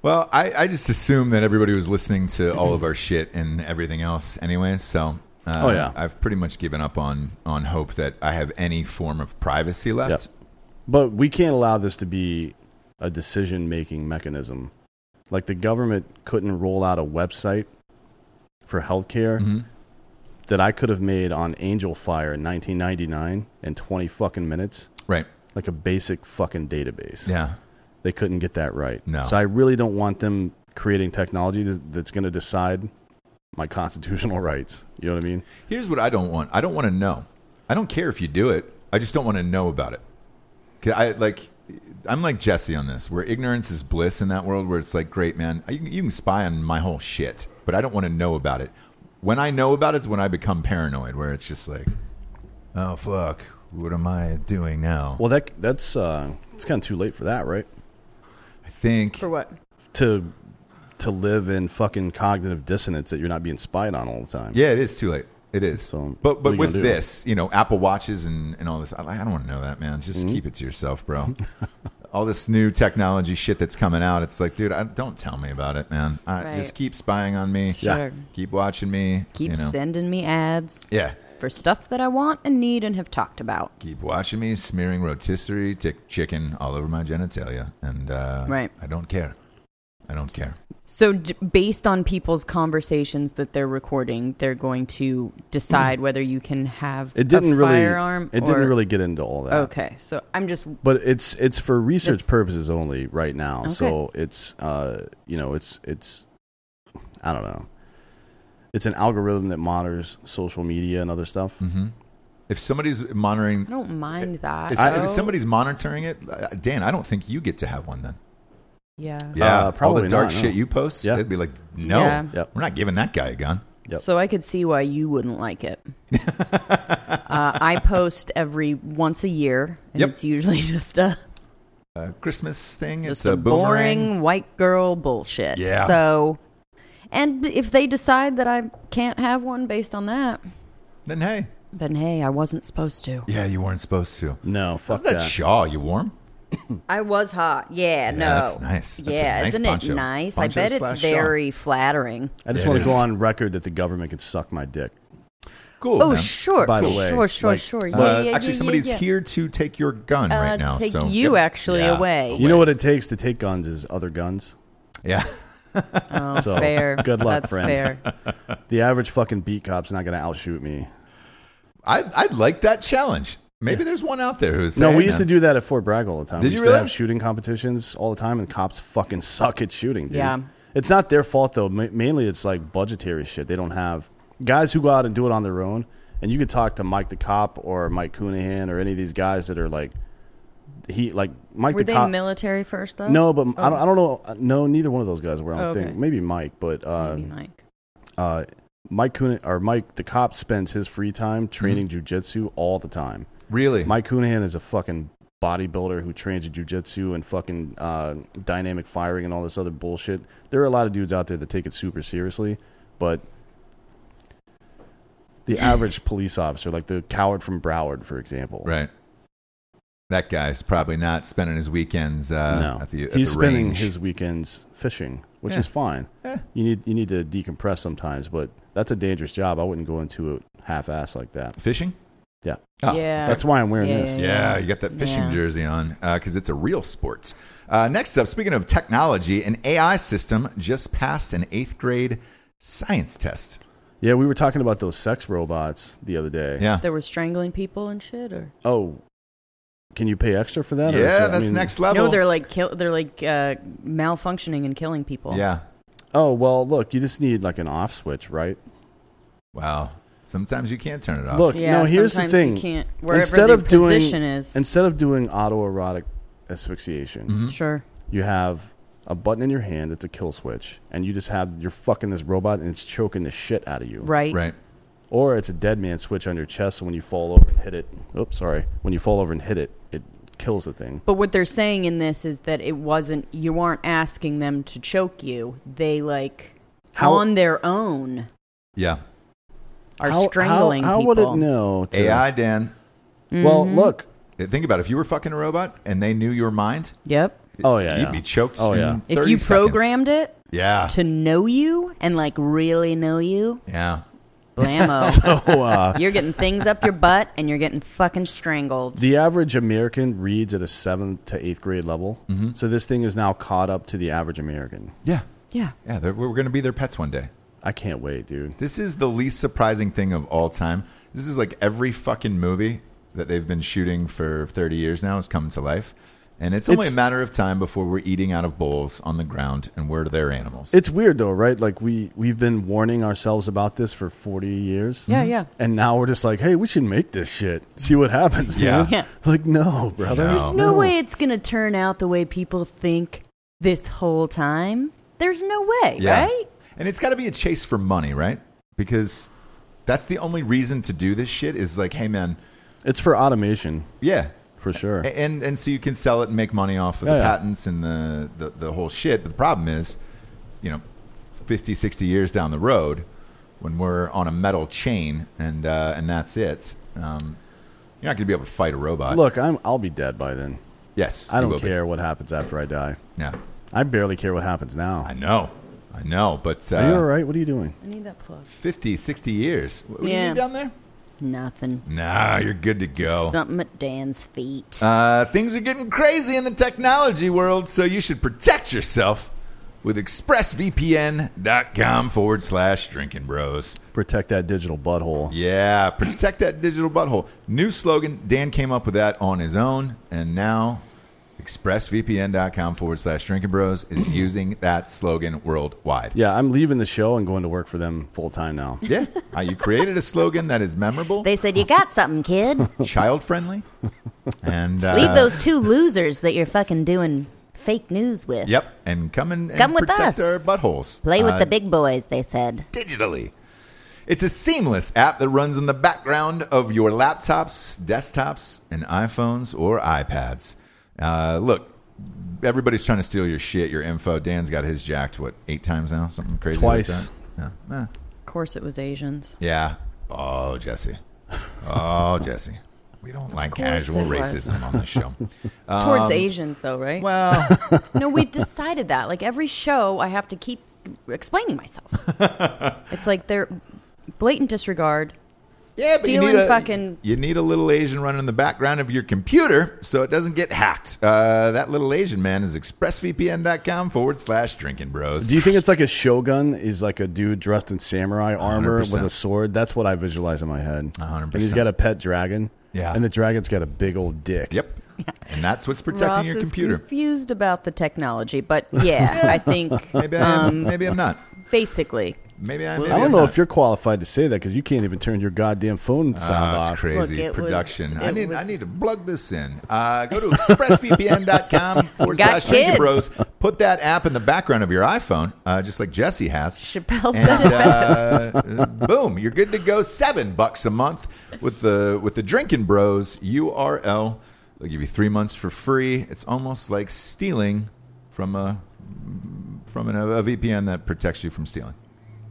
Well, I, I just assumed that everybody was listening to all of our shit and everything else anyway. So, uh, Oh, yeah. I've pretty much given up on on hope that I have any form of privacy left. But we can't allow this to be a decision making mechanism. Like the government couldn't roll out a website for healthcare Mm-hmm. that I could have made on Angel Fire in 1999 in 20 fucking minutes, Right? like a basic fucking database. Yeah. They couldn't get that right. No. So I really don't want them creating technology that's- that's going to decide my constitutional rights. You know what I mean? Here's what I don't want. I don't want to know. I don't care if you do it. I just don't want to know about it. 'Cause I like. I'm like Jesse on this, where ignorance is bliss in that world. Where it's like, great man, you can, you can spy on my whole shit, but I don't want to know about it. When I know about it is when I become paranoid. Where it's just like, oh fuck, what am I doing now? Well, that that's uh, it's kind of too late for that, right? I think For what? to to live in fucking cognitive dissonance that you're not being spied on all the time. Yeah, it is too late. It is. So, but what are but you with gonna do? this, you know, Apple watches and, and all this, I, I don't want to know that, man. Just Mm-hmm. keep it to yourself, bro. all this new technology shit that's coming out, it's like, dude, I, don't tell me about it, man. I, Right. Just keep spying on me. Sure. Keep watching me. Keep you know. sending me ads. Yeah. for stuff that I want and need and have talked about. Keep watching me smearing rotisserie tic- chicken all over my genitalia, and uh, Right. I don't care. I don't care. So, d- based on people's conversations that they're recording, they're going to decide whether you can have It didn't a really. firearm. it didn't or- really get into all that. Okay, so I'm just but it's it's for research That's- purposes only right now. Okay. So it's uh you know it's it's I don't know. It's an algorithm that monitors social media and other stuff. Mm. Mm-hmm. If somebody's monitoring, I don't mind that. if, though. if somebody's monitoring it, uh, Dan, I don't think you get to have one then. yeah. Yeah. Yeah, all probably the Uh, dark not, no. shit you post, Yeah. they'd be like, no, Yeah. Yep. we're not giving that guy a gun. Yep. So I could see why you wouldn't like it. uh, I post every once a year, and Yep. it's usually just a A Christmas thing, just it's a, a boomerang. boring white girl bullshit. Yeah. So, and if they decide that I can't have one based on that, Then hey, then hey, I wasn't supposed to. yeah, you weren't supposed to. No, fuck How's that, that. shawl? You warm? I was hot. Yeah, no. that's nice. That's a yeah, nice isn't poncho. it nice? Poncho I bet slash it's shawl. very flattering. I just It want to is. go on record that the government can suck my dick. Cool. Oh, man. sure. By the way, sure, sure, like, Uh, sure. Yeah, yeah, yeah, actually, yeah, somebody's yeah. here to take your gun Uh, right to now. take so you Yep. actually Yeah. away. You know what it takes to take guns is other guns. Yeah. Oh, So, fair. good luck, That's friend. fair. The average fucking beat cop's not going to outshoot me. I I'd like that challenge. Maybe there's one out there who's No, we used to do that at Fort Bragg all the time. Did we you used really? to have shooting competitions all the time, and cops fucking suck at shooting, dude. Yeah. It's not their fault, though. Ma- mainly it's like budgetary shit. They don't have guys who go out and do it on their own. And you could talk to Mike the Cop or Mike Coonahan or any of these guys that are like, he, like, Mike Were the they Cop. military first though? no, but I, don't, I don't know. uh, No, neither one of those guys were, I don't Oh, think. okay. Maybe Mike, but. Uh, Maybe Mike. uh, Mike Coon or Mike the cop spends his free time training Mm-hmm. jujitsu all the time. really. Mike Coonahan is a fucking bodybuilder who trains in jujitsu and fucking uh, dynamic firing and all this other bullshit. There are a lot of dudes out there that take it super seriously, but the average police officer, like the coward from Broward, for example, right. That guy's probably not spending his weekends uh, no, at the at he's the spending range. his weekends fishing, which Yeah. is fine. Eh. You need you need to decompress sometimes, but that's a dangerous job. I wouldn't go into it half-ass like that. fishing. Yeah. Oh, yeah. That's why I'm wearing Yeah, this. yeah, Yeah, you got that fishing Yeah. jersey on because it's a real sport. Uh, next up, speaking of technology, an AI system just passed an eighth grade science test. Yeah, we were talking about those sex robots the other day. Yeah. They were strangling people and shit, or Oh, can you pay extra for that? or is yeah, that- I that's mean- next level. no? They're like kill. They're like uh, malfunctioning and killing people. yeah. Oh well, look, you just need like an off switch, right? Wow. Sometimes you can't turn it off. Look, Yeah, no. Here's the sometimes thing. you can't- wherever instead the of doing position is. instead of doing autoerotic asphyxiation, Mm-hmm. Sure. you have a button in your hand. It's a kill switch, and you just have you're fucking this robot, and it's choking the shit out of you. Right. right. Or it's a dead man switch on your chest. So when you fall over and hit it, oops, sorry. When you fall over and hit it, it kills the thing. But what they're saying in this is that it wasn't. You aren't asking them to choke you. They like How- on their own Yeah. are How- how- strangling. How, people. Mm-hmm. would it know? To, AI, Dan. Well, look. Think about it. if you were fucking a robot and they knew your mind, Yep. Oh yeah, you'd yeah. be choked. Oh yeah. in If 30 you seconds. Ah. programmed it yeah, to know you and like really know you, yeah, blammo. Oh, uh, You're getting things up your butt and you're getting fucking strangled. the average American reads at a seventh to eighth grade level, Mm-hmm. so this thing is now caught up to the average American. yeah, Yeah. yeah. they're- We're going to be their pets one day. I can't wait, dude. This is the least surprising thing of all time. This is like every fucking movie that they've been shooting for 30 years now is coming to life. And it's only It's- a matter of time before we're eating out of bowls on the ground and we're their animals. It's weird though, right? Like we we've been warning ourselves about this for forty years. Yeah, yeah. And now we're just like, hey, we should make this shit. See what happens. Yeah. man. Yeah. Like no, brother. No. There's no way it's going to turn out the way people think this whole time. There's no way, right? And it's got to be a chase for money, right? Because that's the only reason to do this shit is like, hey, man, It's for automation yeah. for sure. A- And, and so you can sell it and make money off of Yeah, the yeah. patents and the, the, the whole shit. But the problem is, you know, 50, 60 years down the road, when we're on a metal chain and, uh, and that's it, um, you're not going to be able to fight a robot. Look, I'm I'll be dead by then. yes. I you don't will be. care what happens after I die. Yeah. I barely care what happens now. I know. I know. But uh, Are you all right? What are you doing? I need that plug. 50, 60 years. What, what do Yeah. you need down there? Nothing. Nah, you're good to go. Something at Dan's feet. Oh. Uh, things are getting crazy in the technology world, so you should protect yourself with expressvpn.com forward slash drinking bros. Protect that digital butthole. Yeah, protect that digital butthole. New slogan. Dan came up with that on his own, and now expressvpn.com forward slash drinking bros is using that slogan worldwide. Yeah, I'm leaving the show and going to work for them full time now. Yeah, uh, you created a slogan that is memorable, They said, You got something, kid. child friendly, and uh, Leave those two losers that you're fucking doing fake news with. Yep, and come and, and Come with protect us. our buttholes. Play with Uh, the big boys, they said. digitally. It's a seamless app that runs in the background of your laptops, desktops, and iPhones or iPads. Uh, look, everybody's trying to steal your shit, your info. Dan's got his jacked, what, eight times now? Something crazy Twice. like that? Yeah. Eh. Of course, it was Asians. Yeah. Oh, Jesse. Oh, Jesse. We don't like course casual it was. racism on this show. Um, Towards Asians, though, right? Well, No, we decided that. Like every show, I have to keep explaining myself. it's like they're blatant disregard. Yeah, but you Stealing need a, fucking- You need a little Asian running in the background of your computer so it doesn't get hacked. Uh, that little Asian man is expressvpn.com forward slash drinking bros. Do you think it's like a shogun? Is like a dude dressed in samurai armor 100%. with a sword? That's what I visualize in my head. 100%. And he's got a pet dragon. Yeah. And the dragon's got a big old dick. yep. And that's what's protecting Ross your is computer. confused about the technology, but yeah, I think Maybe I Um, am. maybe I'm not. basically. Maybe I. Maybe I I'm don't know not. if you're qualified to say that because you can't even turn your goddamn phone sound Ah, That's off. Oh, crazy Look, it was- production. I it need I was- need to plug this in. Uh, go to expressvpn.com forward Got slash drinking kids. bros. Put that app in the background of your iPhone, uh, just like Jesse has. Chappelle said and, uh, boom, you're good to go. Seven bucks a month with the with the drinking bros URL. They'll give you three months for free. It's almost like stealing from a from an, a VPN that protects you from stealing.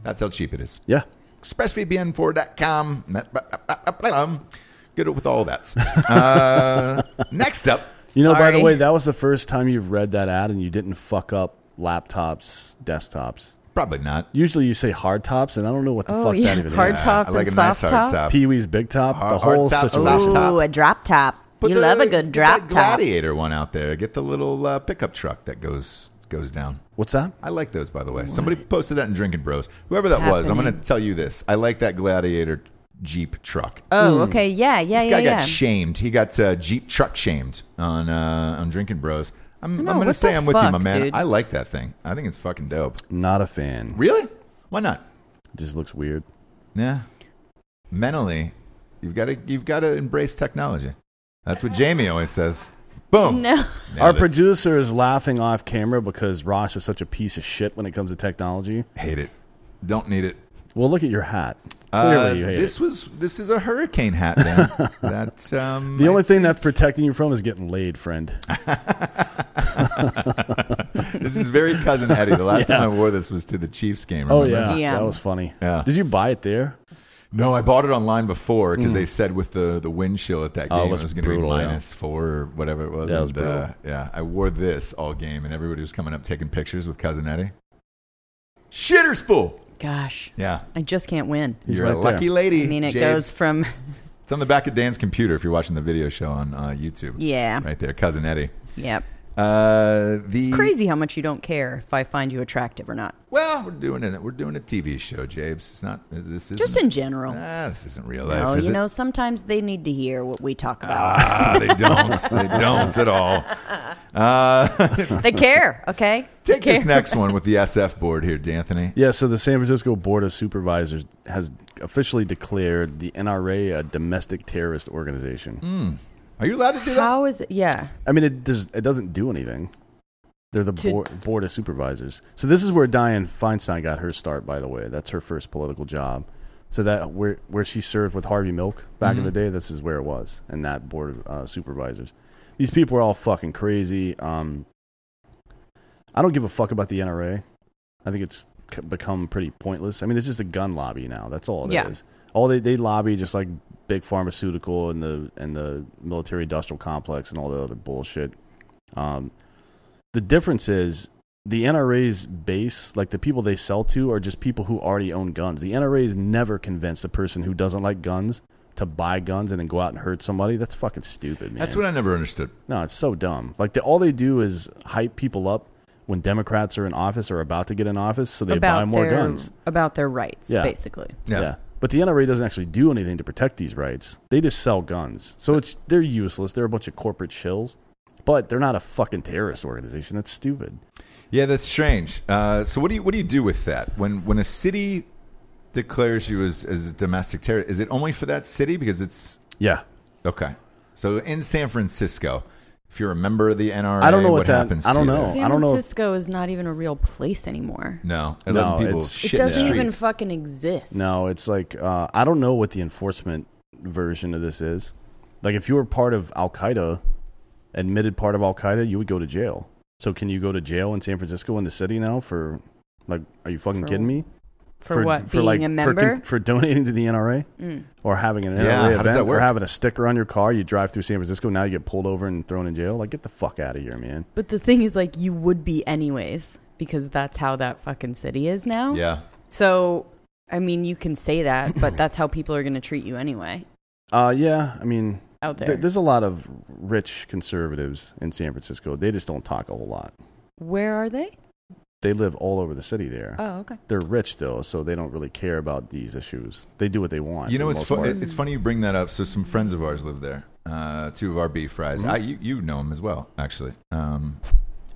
That's how cheap it is Yeah. expressvpn4.com. Good with all that. Uh, next up, You know, by the Sorry. way, that was the first time you've read that ad and you didn't fuck up laptops, desktops. probably not. Usually you say hard tops, and I don't know what the fuck that even Oh, hard is. top I like a and nice soft hard top. top. Pee Wee's Big Top, Hard- the hard whole top, soft situation. top. Ooh, a drop top. Put you the- love a good put drop that top. Gladiator one out there. Get the little uh, pickup truck that goes goes down. What's that? I like those, by the way. Somebody posted that in Drinking Bros. Whoever that was, I'm going to tell you this. I like that Gladiator Jeep truck. Oh, okay, yeah, yeah, Hmm. this yeah, guy yeah. got shamed. He got uh, Jeep truck shamed on uh, on Drinking Bros. I'm, know, I'm going to what say the I'm with you, my fuck, man. dude? I like that thing. I think it's fucking dope. Not a fan. Really? Why not? It just looks weird. Yeah. Mentally, you've got to you've got to embrace technology. That's what Jamie always says. Boom. no, Nailed Our it. producer is laughing off camera because Ross is such a piece of shit when it comes to technology. hate it. Don't need it. Well, look at your hat. Clearly, Uh, you hate this it. was this is a hurricane hat, man. That's um, The only thing that's protecting you from is getting laid, friend. this is very cousin Eddie. The last time I wore this was to the Chiefs game. Oh remember? yeah, Yeah. that was funny. Yeah. Did you buy it there? No, I bought it online before because they said with the the wind chill at that game Mm. Oh, it it was, was going to be brutal, yeah. minus four or whatever it was. Yeah, it was and, brutal. uh, yeah, I wore this all game, and everybody was coming up taking pictures with cousin Eddie. Shitter's full. gosh, Yeah, I just can't win. He's you're a right there. lucky lady. I mean, it James. goes from It's on the back of Dan's computer if you're watching the video show on uh, YouTube. yeah, right there, cousin Eddie. yep. Uh, the It's crazy how much you don't care if I find you attractive or not. Well, we're doing it. We're doing a TV show, James. It's not. This is Just in general. Ah, this isn't real life. Oh, is you it? know, sometimes they need to hear what we talk about. Ah, they don't. they don't at all. they care, okay? Take they this care. next one with the SF board here, D'Anthony. Yeah. So the San Francisco Board of Supervisors has officially declared the NRA a domestic terrorist organization. Hmm. Are you allowed to do that? How is it? Yeah. I mean, it does. It doesn't do anything. They're the To- board, board of supervisors. So this is where Diane Feinstein got her start. By the way, that's her first political job. So that where where she served with Harvey Milk back in the day, this is where it was, and that board of uh, supervisors. These people are all fucking crazy. Um, I don't give a fuck about the NRA. I think it's c- become pretty pointless. I mean, it's just a gun lobby now. That's all it is. Yeah. All they, they lobby just like big pharmaceutical and the and the military industrial complex and all the other bullshit. Um, the difference is the NRA's base, like the people they sell to, are just people who already own guns. The NRA is never convinced the person who doesn't like guns to buy guns and then go out and hurt somebody. That's fucking stupid, man. That's what I never understood. No, it's so dumb. Like the, all they do is hype people up when Democrats are in office or about to get in office, so they buy about more their guns. about their rights, Yeah. basically. Yeah. But the NRA doesn't actually do anything to protect these rights. They just sell guns. So it's they're useless. They're a bunch of corporate shills. But they're not a fucking terrorist organization. That's stupid. Yeah, that's strange. Uh, so what do you what do you do with that when when a city declares you as as a domestic terror? Is it only for that city because it's Yeah. okay? So in San Francisco, if you're a member of the NRA, I don't know what that- happens. I to don't you? know. Oh, I San don't know if- Francisco is not even a real place anymore. No, No, eleven people. it's shit It Shit in the doesn't even streets. fucking exist. No, it's like uh, I don't know what the enforcement version of this is. Like if you were part of Al Qaeda, admitted part of Al Qaeda, you would go to jail. So can you go to jail in San Francisco in the city now for like? Are you fucking For kidding me? For, what? being like, a for, member? Mm. con- for donating to the NRA or having an NRA Yeah, how does event that or work? having a sticker on your car. You drive through San Francisco now, you get pulled over and thrown in jail. Like get the fuck out of here, man. but the thing is, like, you would be anyways because that's how that fucking city is now. Yeah, So, I mean, you can say that, but that's how people are going to treat you anyway Uh, yeah, I mean, out there. th- there's a lot of rich conservatives in San Francisco. They just don't talk a whole lot. Where are they? They live all over the city there. Oh, okay. They're rich though, so they don't really care about these issues. They do what they want. you know for the it's most fu- part. it's funny you bring that up. So some friends of ours live there. Uh, two of our beef fries. Mm-hmm. I, you you know them as well, actually. Um,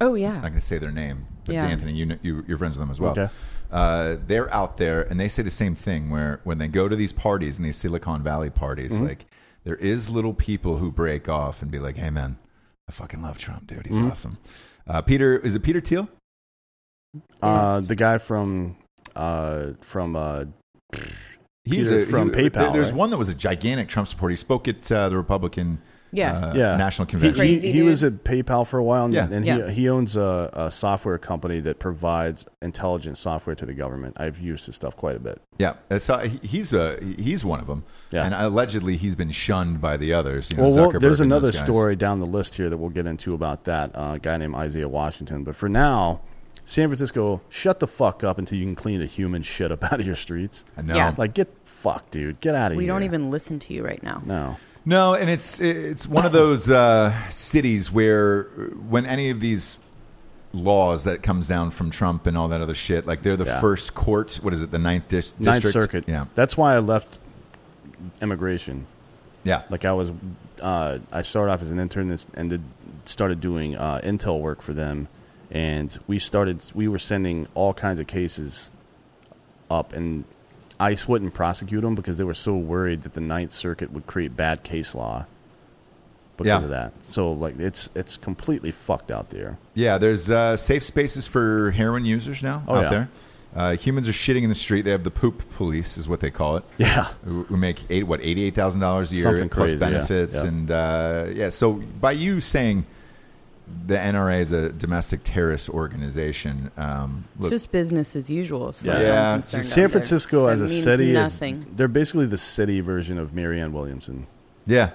Oh, I'm not yeah. going to say their name, but Yeah. Anthony, you, know, you you're friends with them as well. Okay. Uh, they're out there, and they say the same thing. Where when they go to these parties and these Silicon Valley parties, Mm-hmm. like there is little people who break off and be like, "Hey, man, I fucking love Trump, dude. He's Mm-hmm. awesome." Uh, Peter, is it Peter Thiel? Uh, the guy from uh from uh Peter from there- PayPal, there's right? one that was a gigantic Trump supporter. He spoke at uh, the Republican Yeah. uh, yeah. national He- convention. He, Crazy he dude. was at PayPal for a while, and, Yeah. and Yeah. he he owns a, a software company that provides intelligent software to the government. I've used his stuff quite a bit. Yeah, that's how, he- he's a he's one of them, Yeah. and allegedly he's been shunned by the others. You know, well, well, Zuckerberg there's and another those guys. story down the list here that we'll get into about that uh, guy named Isaiah Washington. But for now, San Francisco, shut the fuck up until you can clean the human shit up out of your streets. I know. Yeah. Like, get fucked, dude. Get out of We here. don't even listen to you right now. No. No, and it's it's one of those uh, cities where when any of these laws that comes down from Trump and all that other shit, like they're the Yeah. first court. What is it? The ninth dis- district. Ninth Circuit. Yeah, That's why I left immigration. yeah. Like I was, uh, I started off as an intern and s- and did, started doing uh, intel work for them, and we started. We were sending all kinds of cases up, and ICE wouldn't prosecute them because they were so worried that the Ninth Circuit would create bad case law because Yeah. of that. So like it's it's completely fucked out there. Yeah, there's uh, safe spaces for heroin users now Oh, out yeah. there. Uh, humans are shitting in the street. They have the poop police, is what they call it. Yeah. Who who make eight what eighty eight thousand dollars a year Something plus crazy, yeah, benefits yeah. and uh, yeah. So by you saying the NRA is a domestic terrorist organization, um, It's look, just business as usual as far Yeah. as Yeah, I'm concerned. San out there. Francisco That as a means city nothing. is they're basically the city version of Marianne Williamson. yeah,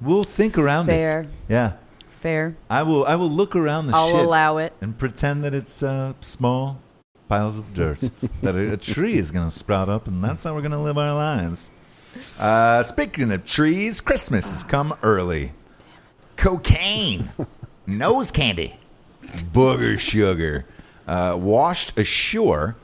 we'll think around Fair. it. Yeah, Fair. I will. I will look around the I'll shit allow it. and pretend that it's uh, small piles of dirt that a, a tree is going to sprout up, and that's how we're going to live our lives. Uh, speaking of trees, Christmas has come early. Cocaine, nose candy, booger sugar, uh, washed ashore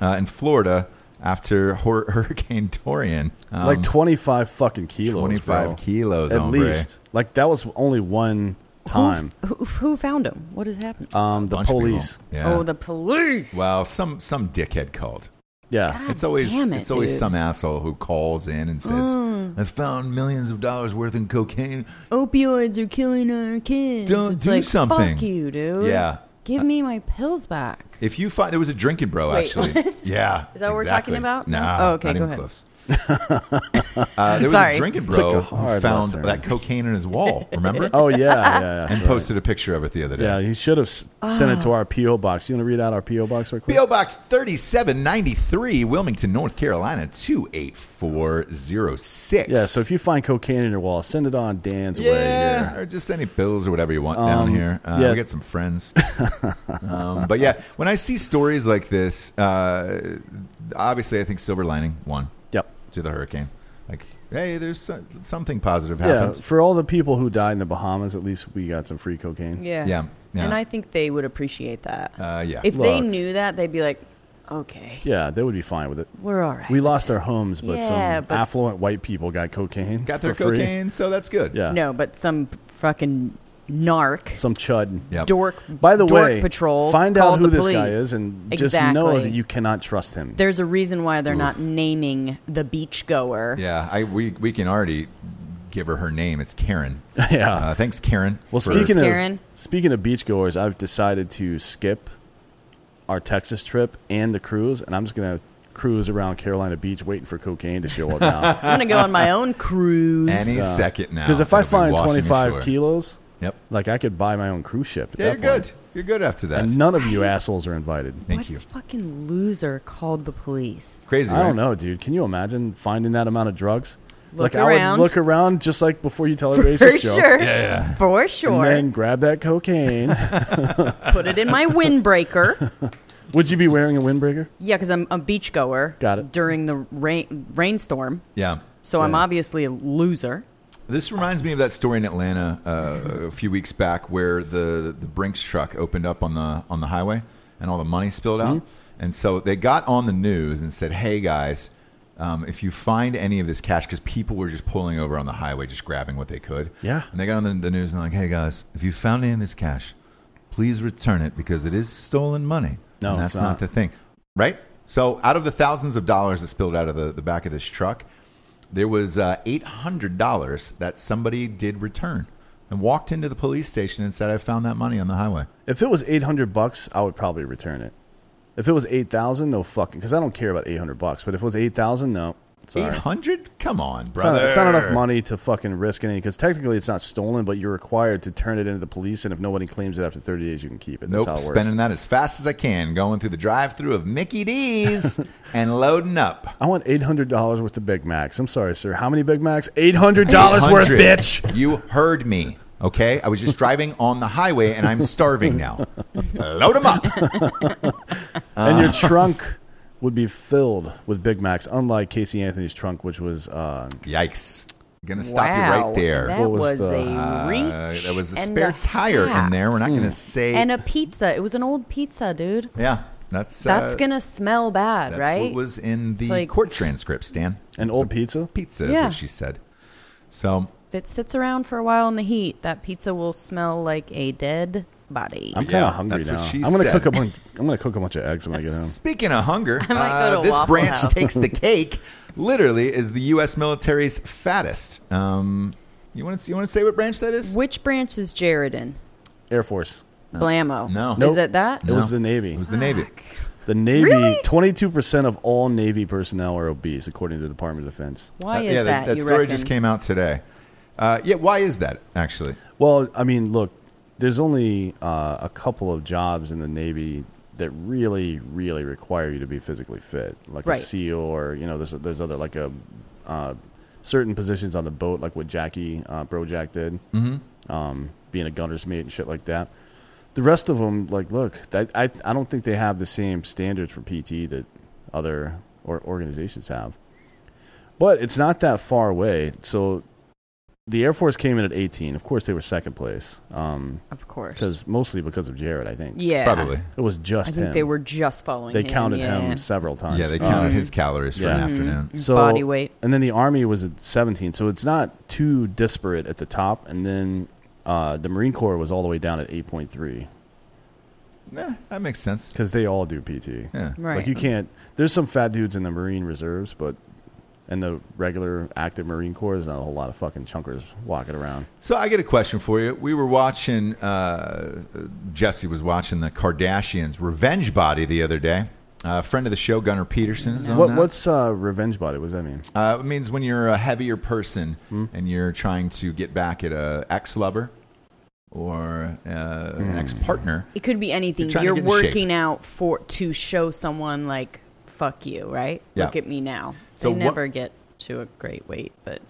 uh, in Florida after hor- Hurricane Dorian. Um, like 25 fucking kilos 25 bro. kilos, at hombre. least like that was only one time Who, who found him? What has happened? um the bunch of people. police Yeah. Oh, the police. well, some some dickhead called. yeah it's always damn it, it's always dude. Mm. some asshole who calls in and says, "I found millions of dollars worth in cocaine." Opioids are killing our kids. Don't It's do like, something. Fuck you, dude. Yeah. Give me my pills back. If you find there was a drinking bro, Wait, actually, yeah, Is that what we're exactly. talking about? No, No? Oh, okay, not go even ahead. close. uh, there was a Sorry. drinking Took bro a hard who found left turn. that cocaine in his wall. Remember? oh yeah yeah yeah, and that's right. posted a picture of it the other day. yeah he should have s sent it to Ah. our po box you want to read out our po box right quick PO Box 3793, Wilmington, North Carolina 28406. yeah so if you find cocaine in your wall send it on dan's way Yeah, here or just any pills or whatever you want down here. Uh, Um, yeah. We get some friends. um, but yeah, when I see stories like this, uh, obviously I think silver lining one yep to the hurricane. Like hey, there's so- something positive Yeah, happens. for all the people who died in the Bahamas, at least we got some free cocaine. Yeah. Yeah, yeah. And I think they would appreciate that. Uh, yeah. If they Look. knew that, they'd be like, okay, Yeah, they would be fine with it. we're all right. We lost our homes, but Yeah, some but- affluent white people got cocaine. Got their for free. cocaine, so that's good. Yeah. no, but some fucking narc, Some chud. Yep. dork, By the dork way, patrol. find out called who the this guy police. is and just exactly. know that you cannot trust him. There's a reason why they're not naming the beachgoer. Yeah, I we we can already give her her name. It's Karen. yeah. Uh, thanks, Karen. well, for- speaking of Karen. speaking of beachgoers, I've decided to skip our Texas trip and the cruise, and I'm just gonna cruise around Carolina Beach waiting for cocaine to show up now. I'm gonna go on my own cruise. any second now, Because uh, if I they'll be find washing 25 ashore. kilos, yep. like I could buy my own cruise ship. At Yeah, you're that point. good. You're good after that. And none of you assholes are invited. Thank what you. fucking loser called the police? Crazy. I don't right? know, dude. Can you imagine finding that amount of drugs? Look like I around. would look around just like before you tell a For racist joke, sure. Yeah. For and sure. then grab that cocaine. Put it in my windbreaker. would you be wearing a windbreaker? yeah, because I'm a beachgoer. Got it. During the rain rainstorm, Yeah. so I'm obviously a loser. This reminds me of that story in Atlanta uh, a few weeks back where the, the Brinks truck opened up on the on the highway and all the money spilled out. And so they got on the news and said, "Hey guys, um, if you find any of this cash, because people were just pulling over on the highway, just grabbing what they could." Yeah. And they got on the, the news and like, "Hey guys, if you found any of this cash, please return it because it is stolen money." No, And it's that's not. the thing, right? So out of the thousands of dollars that spilled out of the, the back of this truck, there was uh, $800 that somebody did return and walked into the police station and said, I found that money on the highway. If it was eight hundred bucks, I would probably return it. If it was eight thousand, no fucking, because I don't care about eight hundred bucks. But if it was eight thousand, no, sorry. 800? Come on, It's not, brother. it's not enough money to fucking risk any because technically it's not stolen, but you're required to turn it into the police, and if nobody claims it after 30 days, you can keep it. That's how Nope, it works. spending that as fast as I can, going through the drive through of Mickey D's and loading up. I want eight hundred dollars worth of Big Macs. I'm sorry, sir. How many Big Macs? Eight hundred dollars worth, 800. bitch. You heard me, okay? I was just driving on the highway and I'm starving now. Load them up. And your Uh. trunk would be filled with Big Macs, unlike Casey Anthony's trunk, which was uh, Yikes. Gonna stop wow, you right there. That What was was, the- a Uh, reach. there was a and spare tire in half. there. We're not going to say. and a pizza. It was an old pizza, dude. yeah, that's That's uh, gonna smell bad, that's right? what was in the like- court transcript, Stan. an old pizza. Pizza is Yeah. what she said. So if it sits around for a while in the heat, that pizza will smell like a dead body. I'm kind Yeah, of hungry that's now. what she I'm gonna said. cook a bunch. I'm gonna cook a bunch of eggs when I get home. speaking of hunger, might go to uh, this Waffle branch House. takes the cake. Literally, is the U.S. military's fattest. Um, you want to you want to say what branch that is? Which branch is Jared in? Air Force. Blammo. No. Nope. Is it that? It was the Navy. It was the Navy. Uh, the Navy. Really? Twenty-two percent of all Navy personnel are obese, according to the Department of Defense. Why Uh, is yeah, that? that, that you story reckon? just came out today. Uh, yeah, why is that actually? Well, I mean, look, there's only uh, a couple of jobs in the Navy that really, really require you to be physically fit, like Right. a SEAL or you know, there's there's other like a uh, certain positions on the boat, like what Jackie uh, Brojack did, mm-hmm. um, being a gunner's mate and shit like that. The rest of them, like, look, that, I I don't think they have the same standards for PT that other or organizations have. But it's not that far away. So the Air Force came in at 18. Of course, they were second place. Um, Of course. because mostly because of Jared, I think. yeah. Probably. It was I just think him. they were just following They him. counted yeah. Mm-hmm. him several times. Yeah, they Uh, counted his calories for an yeah. afternoon. so, Body weight. And then the Army was at 17. So it's not too disparate at the top. And then uh, the Marine Corps was all the way down at 8.3 Nah, that makes sense. because they all do PT. Yeah. Right. Like you can't. There's some fat dudes in the Marine Reserves, but and the regular active Marine Corps, there's not a whole lot of fucking chunkers walking around. So I get a question for you. We were watching, uh, Jesse was watching the Kardashians' Revenge Body the other day. Uh, friend of the show, Gunnar Peterson, is on What, that. what's uh, revenge body? What does that mean? Uh, it means when you're a heavier person Hmm? and you're trying to get back at a ex-lover or uh, Hmm. an ex-partner. It could be anything. You're trying You're, to get in working out for to show someone like fuck you, right? Yeah. Look at me now. So they what- never get to a great weight, but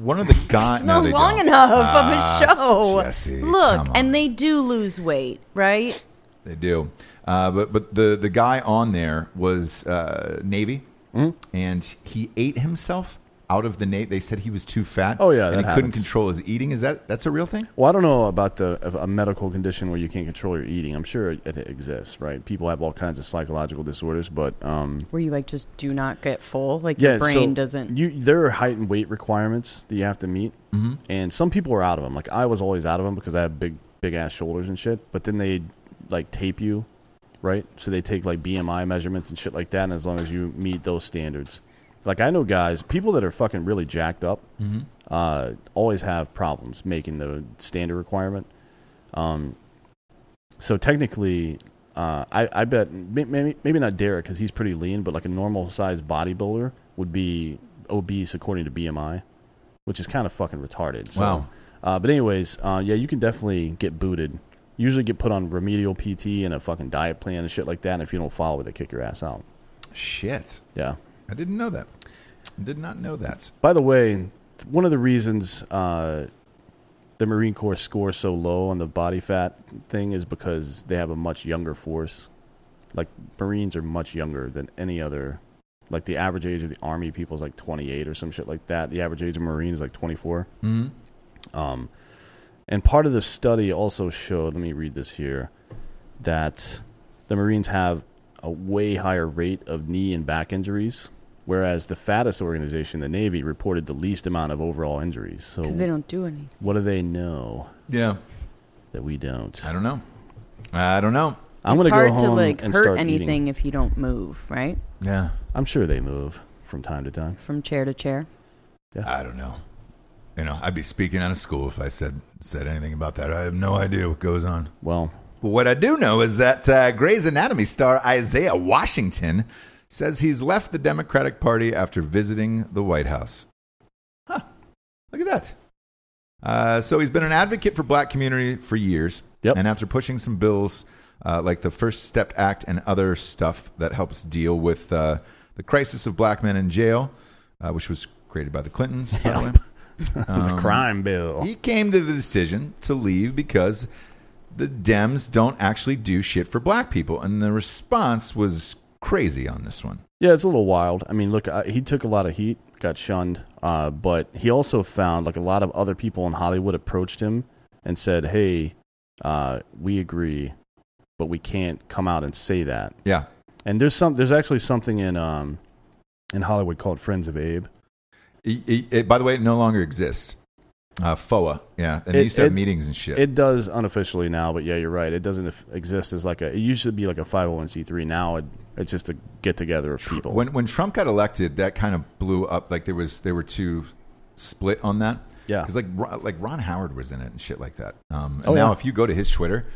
One of the guys. it's not long enough of a show. Ah, Jesse, Look, come on. and they do lose weight, right? They do, uh, but but the the Hmm? guy on there was uh, Navy, and he ate himself out of the Navy. They said he was too fat. Oh, yeah, and that he couldn't happens. control his eating. Is that that's a real thing? Well, I don't know about the of a medical condition where you can't control your eating. I'm sure it, it exists, right? People have all kinds of psychological disorders, but um, Where you like just do not get full, like yeah, your brain so doesn't. You there are height and weight requirements that you have to meet, mm-hmm. and some people are out of them. Like I was always out of them because I have big, big ass shoulders and shit. But then they like tape you, right? So they take like BMI measurements and shit like that. And as long as you meet those standards, like I know guys, people that are fucking really jacked up, uh, always have problems making the standard requirement. Um, So technically, uh, I, I bet may- maybe maybe not Derek because he's pretty lean, but like a normal sized bodybuilder would be obese according to BMI, which is kind of fucking retarded. So, Wow. Uh, but anyways, uh, yeah, you can definitely get booted. Usually get put on remedial PT and a fucking diet plan and shit like that. And if you don't follow it, they kick your ass out. Shit, Yeah. I didn't know that. I did not know that. By the way, one of the reasons uh, the Marine Corps scores so low on the body fat thing is because they have a much younger force. Like Marines are much younger than any other. Like the average age of the Army people is like 28 or some shit like that. The average age of Marine is like 24. Mm-hmm. Um, and part of the study also showed. Let me read this here. That the Marines have a way higher rate of knee and back injuries, whereas the fattest organization, the Navy, reported the least amount of overall injuries. So Because they don't do any. what do they know Yeah, that we don't? I don't know. I don't know. I'm it's gonna hard go home to like and hurt start anything Eating. if you don't move, right? Yeah, I'm sure they move from time to time. From chair to chair. I don't know. You know, I'd be speaking out of school if I said said anything about that. I have no idea what goes on. Well, But what I do know is that uh, Grey's Anatomy star Isaiah Washington says he's left the Democratic Party after visiting the White House. Huh. Look at that. Uh, so he's been an advocate for black community for years. Yep. And after pushing some bills uh, like the First Step Act and other stuff that helps deal with uh, the crisis of black men in jail, uh, which was created by the Clintons. by the way. the crime bill. He came to the decision to leave because the Dems don't actually do shit for black people. And the response was crazy on this one. Yeah, it's a little wild. I mean, look, I, he took a lot of heat, got shunned, uh, but he also found like a lot of other people in Hollywood approached him and said, "Hey, uh, we agree, but we can't come out and say that." Yeah. And there's some, there's actually something in um, in Hollywood called Friends of Abe. It, it- it- by the way, it no longer exists. Uh, FOA. Yeah. And they It- used to have it- meetings and shit. It does unofficially now, but yeah, you're right. It doesn't eff- exist as like a. It used to be like a 501c3. Now it, it's just a get together of people. when, when Trump got elected, that kind of blew up. Like there was, there were two split on that. Yeah. Because like, Ro- like Ron Howard was in it and shit like that. Um, and Oh, now yeah. if you go to his Twitter,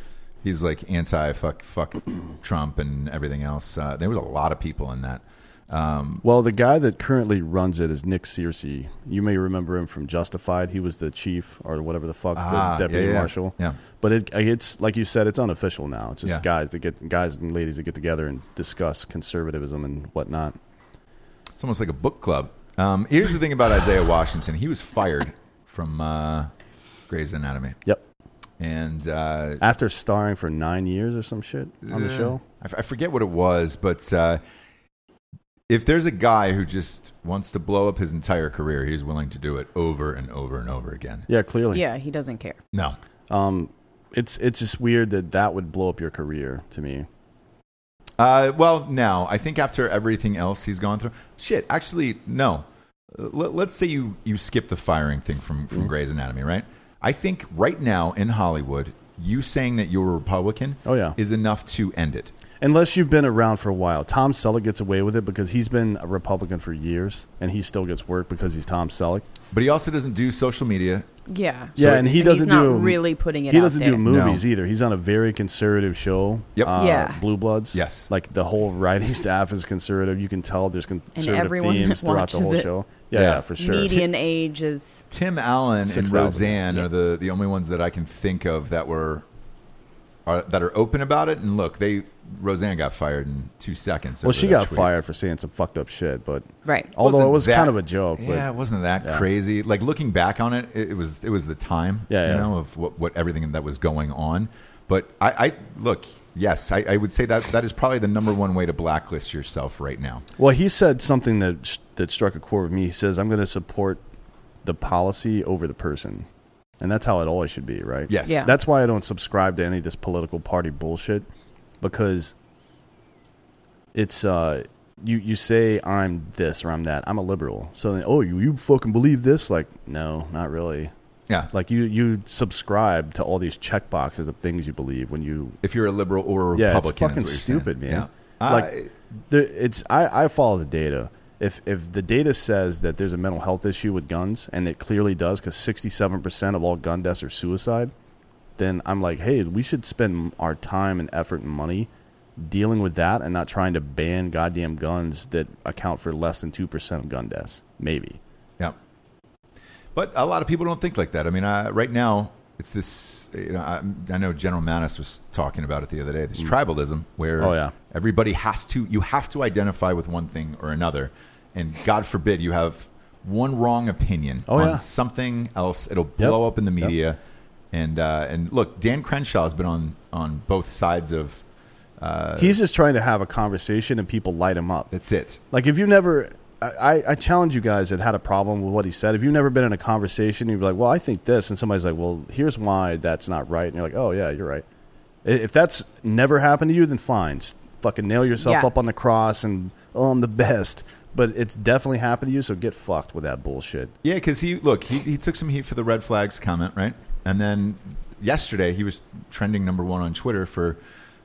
he's like anti fuck, fuck Trump and everything else. Uh, there was a lot of people in that. Well, the guy that currently runs it is Nick Searcy. You may remember him from Justified. He was the chief or whatever the fuck, Ah, the deputy yeah, yeah, marshal. yeah. But it, it's like you said, it's unofficial now. It's just Yeah. guys that get guys and ladies that get together and discuss conservatism and whatnot. It's almost like a book club. Um, here's the thing about Isaiah Washington. He was fired from uh, Grey's Anatomy. Yep. And uh, After starring for nine years or some shit on the show. I, f- I forget what it was, but uh, if there's a guy who just wants to blow up his entire career, he's willing to do it over and over and over again. Yeah, clearly. Yeah, he doesn't care. No. Um, it's it's just weird that that would blow up your career to me. Uh, well, now I think after everything else he's gone through, shit. Actually, no. Uh, Let, let's say you you skip the firing thing from Mm-hmm. from Grey's Anatomy, right? I think right now in Hollywood, you saying that you're a Republican, Oh, yeah. is enough to end it. Unless you've been around for a while. Tom Selleck gets away with it because he's been a Republican for years and he still gets work because he's Tom Selleck. But he also doesn't do social media. Yeah. Yeah, and he he's doesn't not do really putting it He out doesn't do there. movies No. either. He's on a very conservative show. Yep. uh, Yeah. Blue Bloods. Yes. like the whole writing staff is conservative. You can tell there's conservative everyone themes that throughout the watches whole it. show. Yeah, Yeah. yeah, for sure. Median age is Tim Allen and 6,000. Roseanne are the the only ones that I can think of that were are that are open about it. And look, they Roseanne got fired in two seconds. Well, over she that got tweet. fired for saying some fucked up shit, but right. although Wasn't it was that- kind of a joke. but- Yeah, it wasn't that Yeah. crazy. Like looking back on it, it, it was it was the time, Yeah, you yeah. know, of what, what everything that was going on. But I, I look, Yes, I, I would say that that is probably the number one way to blacklist yourself right now. Well, he said something that that struck a chord with me. He says, "I'm going to support the policy over the person," and that's how it always should be, right? Yes. Yeah. That's why I don't subscribe to any of this political party bullshit because it's uh, you you say I'm this or I'm that. I'm a liberal, so then oh you you fucking believe this? Like no, not really. Yeah. Like you you subscribe to all these check boxes of things you believe when you if you're a liberal or a yeah, Republican, it's fucking is what you're stupid, saying. man. Yeah. Like I- the, it's I, I follow the data. If if the data says that there's a mental health issue with guns, and it clearly does, because 67 percent of all gun deaths are suicide, then I'm like, hey, we should spend our time and effort and money dealing with that, and not trying to ban goddamn guns that account for less than two percent of gun deaths. Maybe. Yeah. But a lot of people don't think like that. I mean, I, right now, it's this. You know, I, I know General Manis was talking about it the other day. This tribalism, where Mm. Oh, yeah. everybody has to, you have to identify with one thing or another, and God forbid you have one wrong opinion Oh, on yeah. something else. It'll blow up in the media. And uh, and look, Dan Crenshaw has been on on both sides of. Uh, He's just trying to have a conversation, and people light him up. That's it. Like if you never, I, I- I challenge you guys that had a problem with what he said. If you've never been in a conversation, you'd be like, "Well, I think this," and somebody's like, "Well, here's why that's not right," and you're like, "Oh yeah, you're right." I- If that's never happened to you, then fine, S- fucking nail yourself Yeah. up on the cross and oh, I'm the best. But it's definitely happened to you, so get fucked with that bullshit. Yeah, because he look he, he took some heat for the red flags comment, right? And then yesterday he was trending number one on Twitter for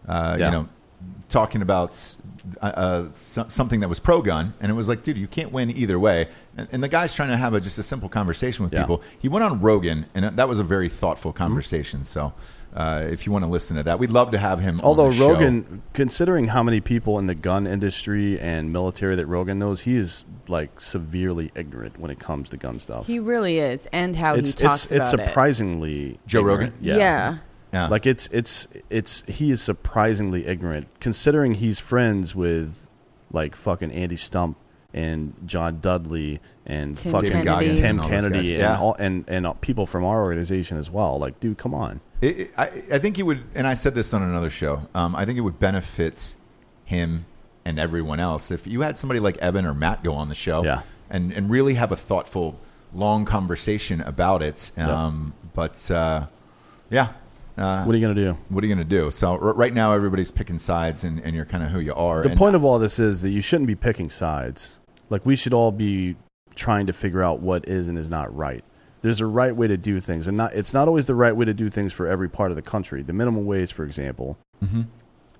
uh, Yeah. you know talking about uh, uh, so- something that was pro gun, and it was like, dude, you can't win either way. And, and the guy's trying to have a, just a simple conversation with Yeah. Mm-hmm. people. He went on Rogan, and that was a very thoughtful conversation. So. Uh, if you want to listen to that, we'd love to have him. on Although the show. Rogan, considering how many people in the gun industry and military that Rogan knows, he is like severely ignorant when it comes to gun stuff. He really is, and how it's he talks it's, about it's it. surprisingly Joe Rogan? ignorant. Yeah. Yeah. Like it's it's it's he is surprisingly ignorant considering he's friends with like fucking Andy Stump and John Dudley and Tim fucking David Goggins Tim and all those guys. Kennedy and Yeah. all and and all- people from our organization as well. Like, dude, come on. It, it- I, I think it would, and I said this on another show. Um, I think it would benefit him and everyone else if you had somebody like Evan or Matt go on the show, Yeah. and and really have a thoughtful, long conversation about it. Um, But uh, yeah, uh, What are you gonna do? what are you going to do? So r- right now, everybody's picking sides, and, and you're kind of who you are. The and point of all this is that you shouldn't be picking sides. Like we should all be trying to figure out what is and is not right. There's a right way to do things, and not it's not always the right way to do things for every part of the country. The minimum wage, for example,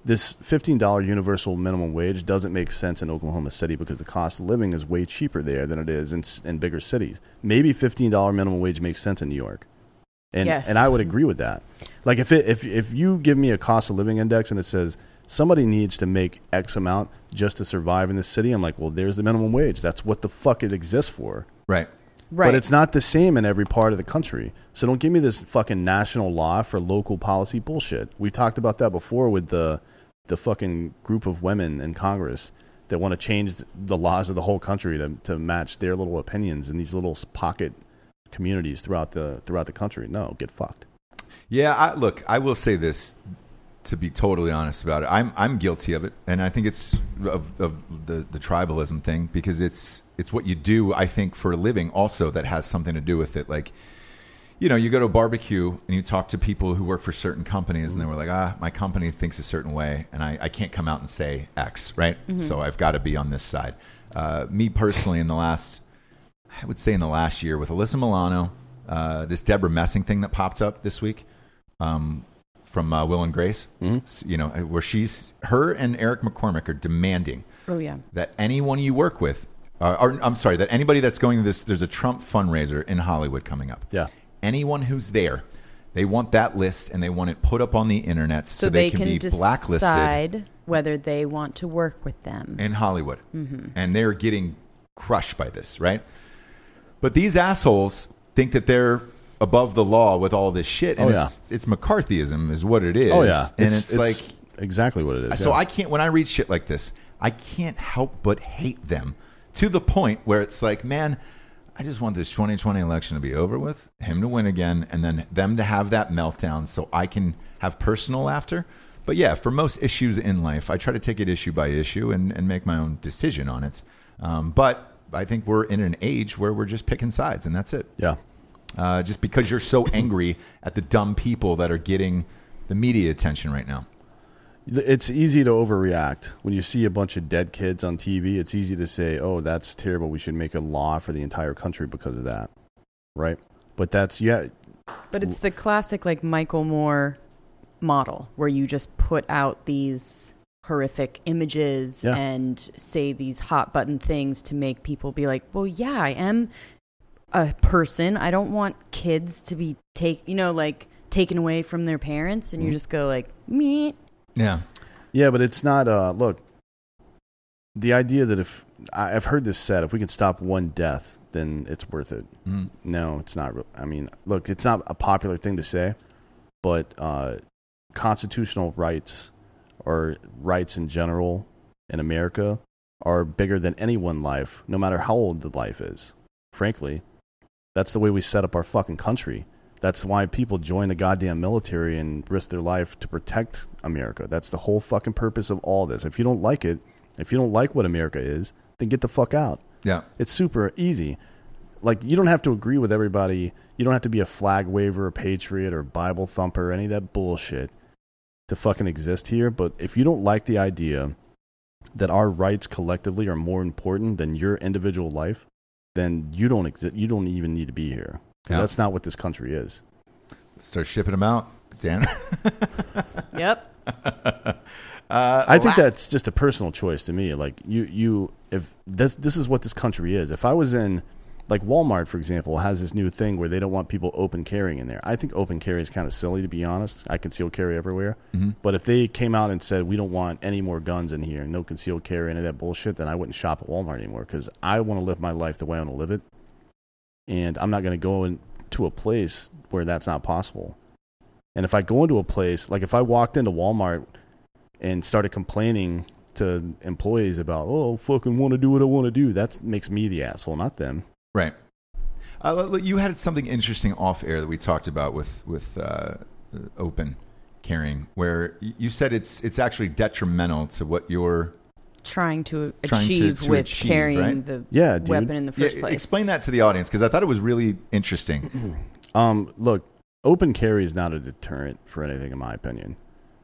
this fifteen dollar universal minimum wage doesn't make sense in Oklahoma City because the cost of living is way cheaper there than it is in, s- in bigger cities. Maybe fifteen dollar minimum wage makes sense in New York, and Yes. and I would agree with that. Like if it, if if you give me a cost of living index and it says somebody needs to make X amount just to survive in this city, I'm like, well, there's the minimum wage. That's what the fuck it exists for. right, Right. But it's not the same in every part of the country. So don't give me this fucking national law for local policy bullshit. We talked about that before with the the fucking group of women in Congress that want to change the laws of the whole country to, to match their little opinions in these little pocket communities throughout the throughout the country. No, get fucked. yeah. I, look, I will say this to be totally honest about it. I'm I'm guilty of it, and I think it's of, of the the tribalism thing because it's it's what you do. I think for a living also that has something to do with it. Like you know, you go to a barbecue and you talk to people who work for certain companies, and they were like, ah, my company thinks a certain way, and I, I can't come out and say X, right? So I've got to be on this side. Uh, me personally, in the last, I would say in the last year, with Alyssa Milano, uh, this Deborah Messing thing that popped up this week um, from uh, Will and Grace, Mm-hmm. s- you know, uh, where she's, her and Eric McCormick are demanding Oh yeah. that anyone you work with, uh, or I'm sorry, that anybody that's going to this, there's a Trump fundraiser in Hollywood coming up. Yeah. Anyone who's there, they want that list and they want it put up on the internet so, So, they, can, be blacklisted decide whether they want to work with them. in Hollywood. And they're getting crushed by this, right? But these assholes think that they're above the law with all this shit. And Oh, yeah. it's, it's McCarthyism, is what it is. oh yeah, And it's, like, exactly what it is. So yeah. I can't when I read shit like this, I can't help but hate them to the point where it's like, man, I just want this 2020 election to be over with, him to win again, and then them to have that meltdown so I can have personal laughter. But yeah, for most issues in life, I try to take it issue by issue and, and make my own decision on it. Um, but I think we're in an age where we're just picking sides, and that's it. Yeah. Uh, just because you're so angry at the dumb people that are getting the media attention right now. It's easy to overreact. When you see a bunch of dead kids on TV, it's easy to say, oh, that's terrible. We should make a law for the entire country because of that. Right? But that's, yeah, But it's the classic like Michael Moore model where you just put out these horrific images Yeah. and say these hot button things to make people be like, "Well, yeah, I am a person. I don't want kids to be take, you know, like taken away from their parents." Mm-hmm. And you just go like, "Me." Yeah. Yeah, but it's not. Uh, look, the idea that if I, I've heard this said, if we can stop one death, then it's worth it. No, it's not. re- I mean, look, it's not a popular thing to say, but uh, constitutional rights or rights in general in America are bigger than any one life, no matter how old the life is. Frankly, that's the way we set up our fucking country. That's why people join the goddamn military and risk their life to protect America. That's the whole fucking purpose of all this. If you don't like it, if you don't like what America is, then get the fuck out. Yeah. It's super easy. Like you don't have to agree with everybody. You don't have to be a flag waver, a patriot, or a Bible thumper, any of that bullshit to fucking exist here. But if you don't like the idea that our rights collectively are more important than your individual life, then you don't exist. You don't even need to be here. 'Cause Yeah. That's not what this country is. Start shipping them out, Dan. Uh, Yep. I think that's just a personal choice to me. Like you, you, if this, this is what this country is. If I was in, like Walmart, for example, has this new thing where they don't want people open carrying in there. I think open carry is kind of silly, to be honest. I conceal carry everywhere, but if they came out and said we don't want any more guns in here, no concealed carry, any of that bullshit, then I wouldn't shop at Walmart anymore because I want to live my life the way I want to live it, and I'm not going to go into a place where that's not possible. And if I go into a place, like if I walked into Walmart and started complaining to employees about, oh, fucking want to do what I want to do, that makes me the asshole, not them. Right. Uh, l- l- you had something interesting off air that we talked about with with uh, uh, open carrying, where y- you said it's it's actually detrimental to what your Trying to Trying to- achieve to with achieve, carrying right? the Yeah, dude. weapon in the first Yeah, place. Explain that to the audience because I thought it was really interesting. Um, look, open carry is not a deterrent for anything, in my opinion,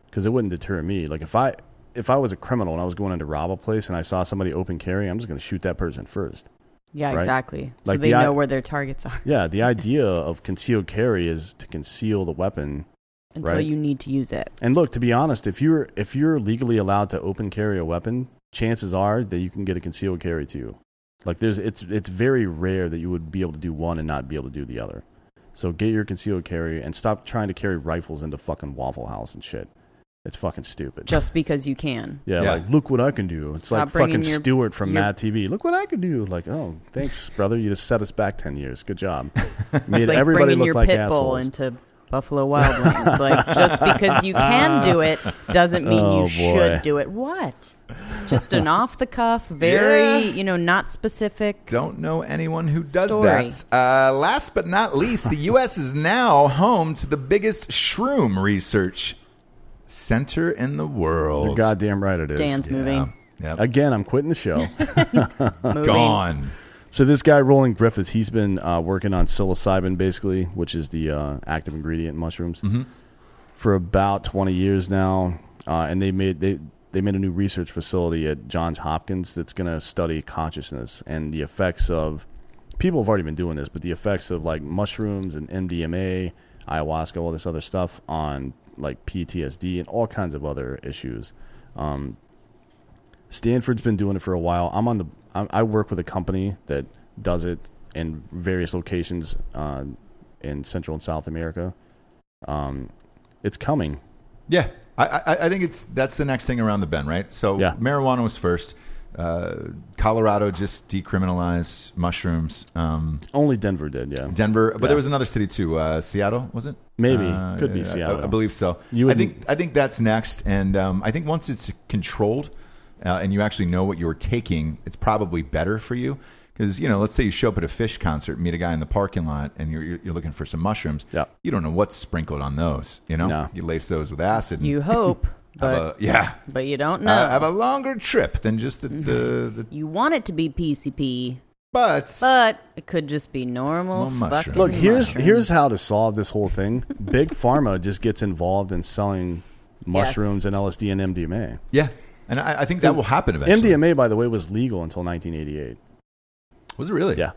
because it wouldn't deter me. Like if I if I was a criminal and I was going in to rob a place and I saw somebody open carry, I'm just going to shoot that person first. yeah, right? exactly. Like so they the i- know where their targets are Yeah, the idea of concealed carry is to conceal the weapon until right. you need to use it. And look, to be honest, if you're if you're legally allowed to open carry a weapon, chances are that you can get a concealed carry too. Like there's it's it's very rare that you would be able to do one and not be able to do the other. So get your concealed carry and stop trying to carry rifles into fucking Waffle House and shit. It's fucking stupid. Just because you can. yeah, Yeah. like look what I can do. It's Stop like fucking bringing your- Stewart from your- Mad TV. Look what I can do. Like, oh, thanks, brother. You just set us back ten years. Good job. Made like everybody bringing look your like pit bull assholes. into Buffalo Wild Wings. like just because you can do it doesn't mean Oh, you boy. should do it. What? Just an off the cuff, very Yeah. you know, not specific. Don't know anyone who does Story. that. Uh, last but not least, the U.S. is now home to the biggest shroom research center in the world. You're goddamn right it is. Dan's Yeah. moving. Yep. Again, I'm quitting the show. Gone. So this guy Roland Griffith, he's been uh, working on psilocybin, basically, which is the uh, active ingredient in mushrooms, for about twenty years now. Uh, and they made they they made a new research facility at Johns Hopkins that's going to study consciousness and the effects of. People have already been doing this, but the effects of like mushrooms and MDMA, ayahuasca, all this other stuff on like PTSD and all kinds of other issues. Um, Stanford's been doing it for a while. I'm on the. I, I work with a company that does it in various locations uh, in Central and South America. Um, it's coming. Yeah, I, I, I think it's that's the next thing around the bend, right? So Yeah. marijuana was first. Uh, Colorado just decriminalized mushrooms. Um, Only Denver did, yeah. Denver, but Yeah. there was another city too. Uh, Seattle was it? Maybe. Uh, Could be I- I- Seattle. I, believe so. You I wouldn't- think I think that's next, and um, I think once it's controlled uh, and you actually know what you're taking, it's probably better for you. Because you know, let's say you show up at a fish concert, meet a guy in the parking lot, and you're you're, you're looking for some mushrooms. Yeah. You don't know what's sprinkled on those. You know, No. you lace those with acid. and- You hope But Uh, yeah. but you don't know. Uh, have a longer trip than just the, the, the you want it to be PCP, butts. but it could just be normal. Normal fucking mushroom. Look, here's mushroom. here's how to solve this whole thing. Big pharma just gets involved in selling mushrooms and LSD and MDMA. yeah. And I, I think that will happen eventually. MDMA, by the way, was legal until 1988. Was it really? Yeah,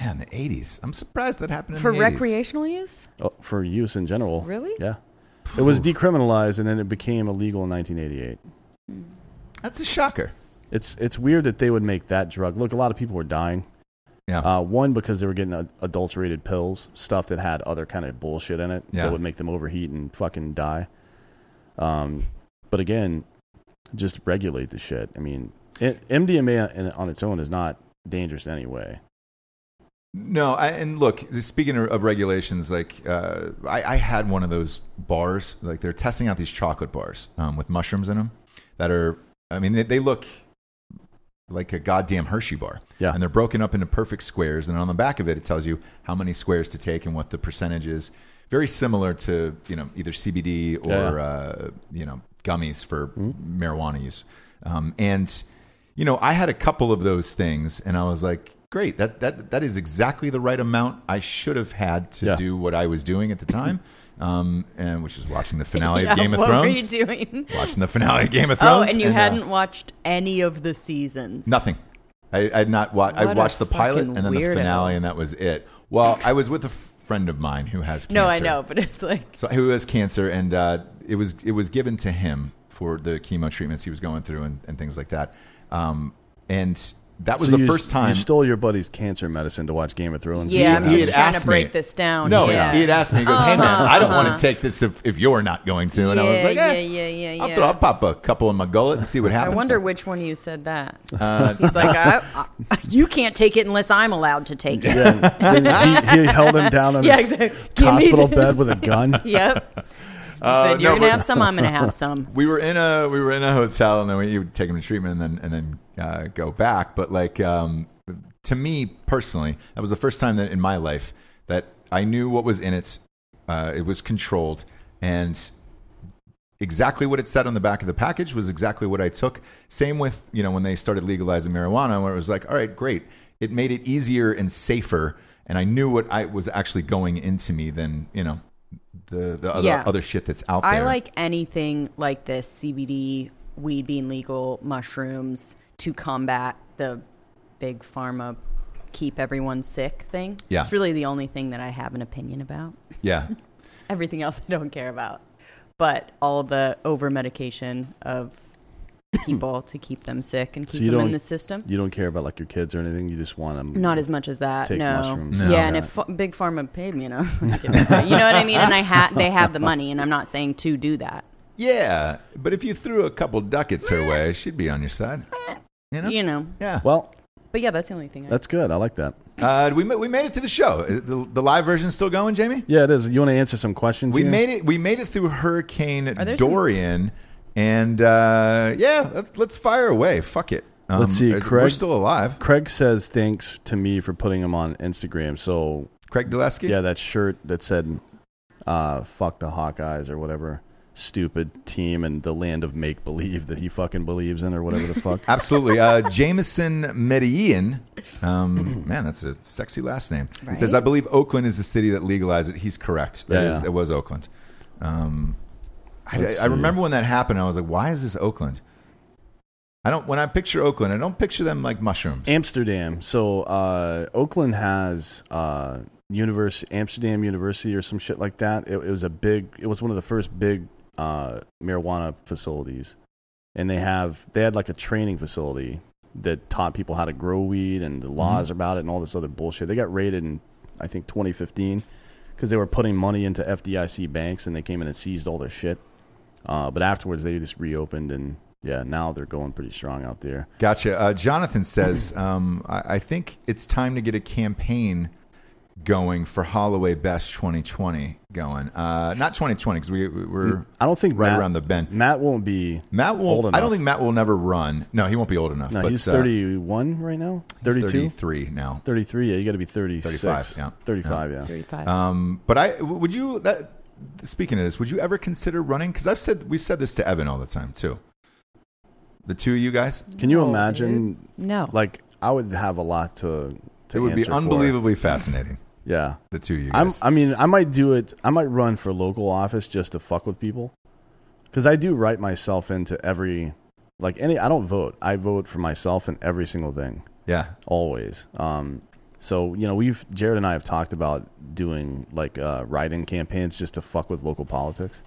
Man, the 80s. I'm surprised that happened in for the 80s. recreational use. Oh, for use in general. Really? Yeah. It was decriminalized and then it became illegal in 1988. That's a shocker. It's it's weird that they would make that drug. Look, a lot of people were dying. Yeah. Uh, one because they were getting ad- adulterated pills, stuff that had other kind of bullshit in it Yeah. that would make them overheat and fucking die. Um, but again, just regulate the shit. I mean, it, MDMA in- on its own is not dangerous anyway. No, I, and look, speaking of- of regulations, like uh, I, I had one of those bars, like they're testing out these chocolate bars um, with mushrooms in them that are, I mean, they, they look like a goddamn Hershey bar. Yeah. And they're broken up into perfect squares. And on the back of it, it tells you how many squares to take and what the percentage is. Very similar to, you know, either CBD or, Yeah. uh, you know, gummies for Hmm? marijuana use. Um, and, you know, I had a couple of those things and I was like, great, that, that, that is exactly the right amount I should have had to Yeah. do what I was doing at the time. Um, and which is watching the finale Yeah, of Game of what Thrones. were you doing? Watching the finale of Game of Oh, Thrones. and you uh, hadn't watched any of the seasons. Nothing. I, I had not watched. I What a watched the pilot and fucking then the weirdo. finale, and that was it. Well, I was with a f- friend of mine who has cancer. No, I know, but it's like So who has cancer, and uh, it was it was given to him for the chemo treatments he was going through and, and things like that. Um, and that was So the you- first time. you stole your buddy's cancer medicine to watch Game of Thrones. yeah, he I'm had just trying asked to break me. this down. no, yeah. Uh-huh. he, he had asked me. He goes, "Hey man, I don't want to take this if, if you're not going to." And I was Yeah, like, eh, yeah, yeah, yeah, I'll, yeah." throw, I'll pop a couple in my gullet and see what I happens." wonder which one you said that. Uh, He's like, I, I, you can't take it unless I'm allowed to take it. Yeah, and then he, he held him down on Yeah, his exactly. Give me hospital this. bed with a gun. Yep. He said, you're Uh, no, gonna but- have some. I'm gonna have some. we were in a we were in a hotel and then we would take him to treatment and then and then uh, go back. But like um, to me personally, that was the first time that in my life that I knew what was in it. Uh, it was controlled and exactly what it said on the back of the package was exactly what I took. Same with, you know, when they started legalizing marijuana, where it was like, all right, great. It made it easier and safer. And I knew what I was actually going into me than, you know, the, the other, Yeah. other shit that's out there. I like anything like this CBD, weed being legal, mushrooms to combat the big pharma keep everyone sick thing. Yeah. It's really the only thing that I have an opinion about. yeah. Everything else I don't care about. But all the over medication of people to keep them sick and keep you them in don't- the system. You don't care about like your kids or anything. You just want them. Not as much as that. Take no. mushrooms. Yeah, No. and if ph- big pharma paid me enough, you know what I mean. And I ha- they have the money, and I'm not saying to do that. Yeah, but if you threw a couple ducats her way, she'd be on your side. You know? You know. Yeah. Well, But yeah, that's the only thing. I that's good. I like that. Uh, we, ma- we made it to the show. Uh, The, the live version's still going, Jamie? Yeah, it is. You want to answer some questions? We here? made it. We made it through Hurricane there some- Dorian, and uh, yeah, let, let's fire away. Fuck it. Um, Let's see, is- We're Craig- still alive. Craig says thanks to me for putting him on Instagram. So Craig Dulesky. yeah, that shirt that said uh, "fuck the Hawkeyes" or whatever stupid team and the land of make believe that he fucking believes in or whatever the fuck. Absolutely. Uh, Jameson Medellin. Um, man, that's a sexy last name. He says, I believe Oakland is the city that legalized it. He's correct. That Yeah. is- it was Oakland. Um, I, Let's I remember when that happened. I was like, why is this Oakland? I don't, when I picture Oakland, I don't picture them like mushrooms. Amsterdam. So uh, Oakland has uh, univers Amsterdam University or some shit like that. It, it was a big. It was one of the first big uh, marijuana facilities, and they have they had like a training facility that taught people how to grow weed and the laws about it and all this other bullshit. They got raided in I think 2015 because they were putting money into FDIC banks and they came in and seized all their shit. Uh, but afterwards, they just reopened and yeah, now they're going pretty strong out there. Gotcha. Uh, Jonathan says, um, I, I think it's time to get a campaign going for Holloway Best 2020 going. Uh, not 2020 because we, we- we're I don't think right Matt- around the bend. Matt won't be. Matt will. Old I enough. don't think Matt will never run. No, he won't be old enough. No, but, he's uh, 31 right now. 32, thirty-three now. 33. Yeah, you got to be 36. 35, yeah. 35. Yeah. uh, Thirty-five. Um, but I w- would you that speaking of this, would you ever consider running? Because I've said we said this to Evan all the time too. The two of you guys, Can you imagine? No. Like, I would have a lot to. to it would be answer for. unbelievably fascinating. Yeah. The two of you I'm, guys. I mean, I might do it. I might run for local office just to fuck with people, because I do write myself into every, like any. I don't vote. I vote for myself in every single thing, yeah, always. Um, so you know, we've Jared and I have talked about doing like uh, write-in campaigns just to fuck with local politics.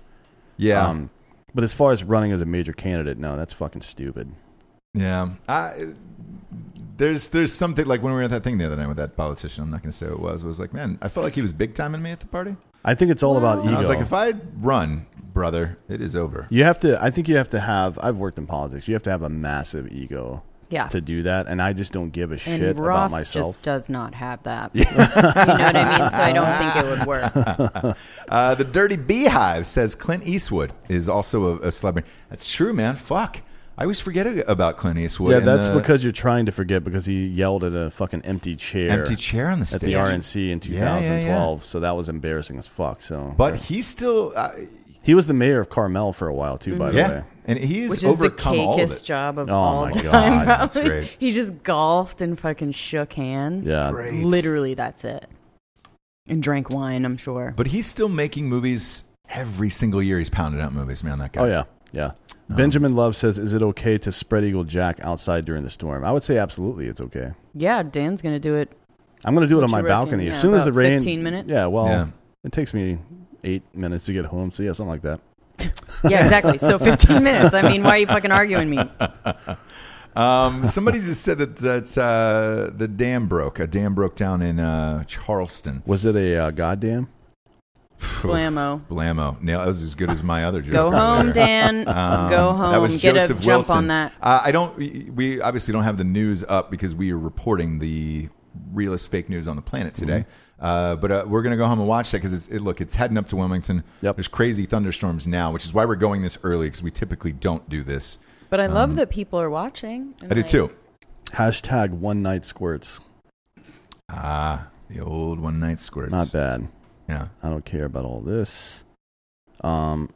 yeah, Um, but as far as running as a major candidate, no, that's fucking stupid. yeah. I, there's there's something like when we were at that thing the other night with that politician. I'm not going to say who it was. It was like, man, I felt like he was big timing me at the party. I think it's all about And ego. I was like, if I run, brother, it is over. You have to. I think you have to have. I've worked in politics. You have to have a massive ego. Yeah. To do that, and I just don't give a And shit Ross about myself. just does not have that. you know what I mean? So I don't think it would work. Uh, the Dirty Beehive says Clint Eastwood is also a, a celebrity. That's true, man. Fuck. I always forget a- about Clint Eastwood. yeah, and that's the because you're trying to forget because he yelled at a fucking empty chair. empty chair on the at stage. the RNC in 2012. Yeah, yeah, yeah. So that was embarrassing as fuck. So, But he's still, uh, he was the mayor of Carmel for a while too. By the yeah, way, and he's Which is the overcome all of cakest it. job of Oh all my the God, time, that's probably. great. He just golfed and fucking shook hands. yeah, Great. Literally, that's it. And drank wine, I'm sure. But he's still making movies every single year. He's pounding out movies, man. That guy. Um, oh yeah, yeah. Benjamin Love says, "Is it okay to spread eagle jack outside during the storm?" I would say absolutely, it's okay. Yeah, Dan's going to do it. I'm going to do it What on you my reckon? balcony Yeah, as soon as the about rain. 15 minutes? Yeah, well, Yeah. it takes me eight minutes to get home, so yeah, something like that. Yeah, exactly. So 15 minutes. I mean, why are you fucking arguing me? Um, somebody just said that that's uh, the dam broke. A dam broke down in uh, Charleston. Was it a uh, goddamn? Blammo. Blammo. Nail. That was as good as my other joke. Go home, earlier. Dan. Um, Go home. That was Get Joseph a jump Wilson. on that. Uh, I don't. we- We obviously don't have the news up because we are reporting the realest fake news on the planet Mm-hmm. today. Uh, but uh, we're gonna go home and watch that because it's it, look, it's heading up to Wilmington. Yep. There's crazy thunderstorms now, which is why we're going this early because we typically don't do this. But I love that people are watching. Um, and I do like- too. Hashtag one night squirts. Ah, the old one night squirts. Not bad. Yeah. I don't care about all this. Um,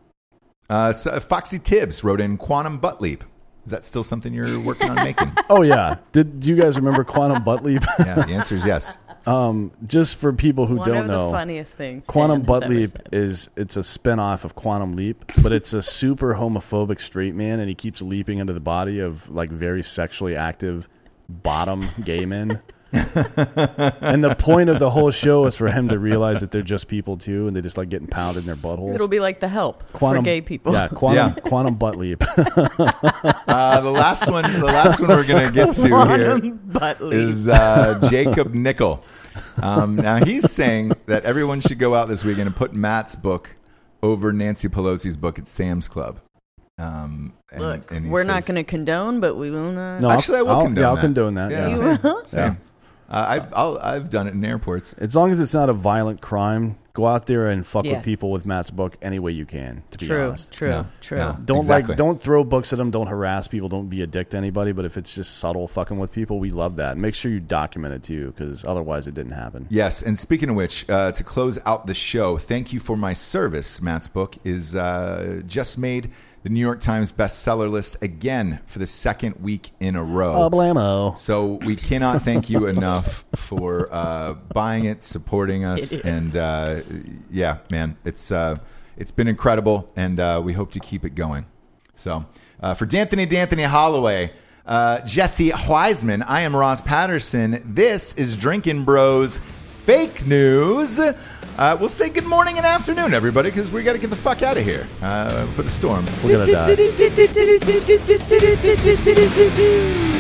Uh, so Foxy Tibbs wrote in Quantum Butt Leap. Is that still something you're working on making? oh yeah. Did do you guys remember quantum butt leap? yeah. The answer is yes. um, just for people who One don't of know, the funniest things. Dan quantum has butt ever leap said. is it's a spin-off of quantum leap, but it's a super homophobic straight man, and he keeps leaping into the body of like very sexually active bottom gay men. and the point of the whole show is for him to realize that they're just people too, and they just like getting pounded in their buttholes. It'll be like the help quantum for gay people. Yeah, quantum Yeah. quantum butt leap. Uh, the last one. The last one we're gonna get to here. Quantum butt leap. is uh, Jacob Nickel. Um, now he's saying that everyone should go out this weekend and put Matt's book over Nancy Pelosi's book at Sam's Club. Um, and- Look, and he we're says- not going to condone, but we will not. No, Actually, I will I'll- condone yeah, I'll that. condone that, Yeah, yeah. same, same. Uh, I've I'll, I've done it in airports. As long as it's not a violent crime, go out there and fuck with Yes. people with Matt's book any way you can. To be True, honest, true, Yeah, true. yeah. don't Exactly. like don't throw books at them. Don't harass people. Don't be a dick to anybody. But if it's just subtle fucking with people, we love that. Make sure you document it too, because otherwise it didn't happen. Yes, and speaking of which, uh, to close out the show, thank you for my service. Matt's book is uh, just made the New York Times bestseller list again for the second week in a row. Oh, blammo. So we cannot thank you enough for uh, buying it, supporting us, and uh, yeah, man, it's uh, it's been incredible, and uh, we hope to keep it going. So uh, for D'Anthony, D'Anthony Holloway, uh, Jesse Wiseman, I am Ross Patterson. This is Drinking Bros Fake News. Uh, we'll say good morning and afternoon, everybody, because we got to get the fuck out of here uh, for the storm. We're gonna die. Doo doo doo doo doo doo doo doo doo doo doo doo doo doo.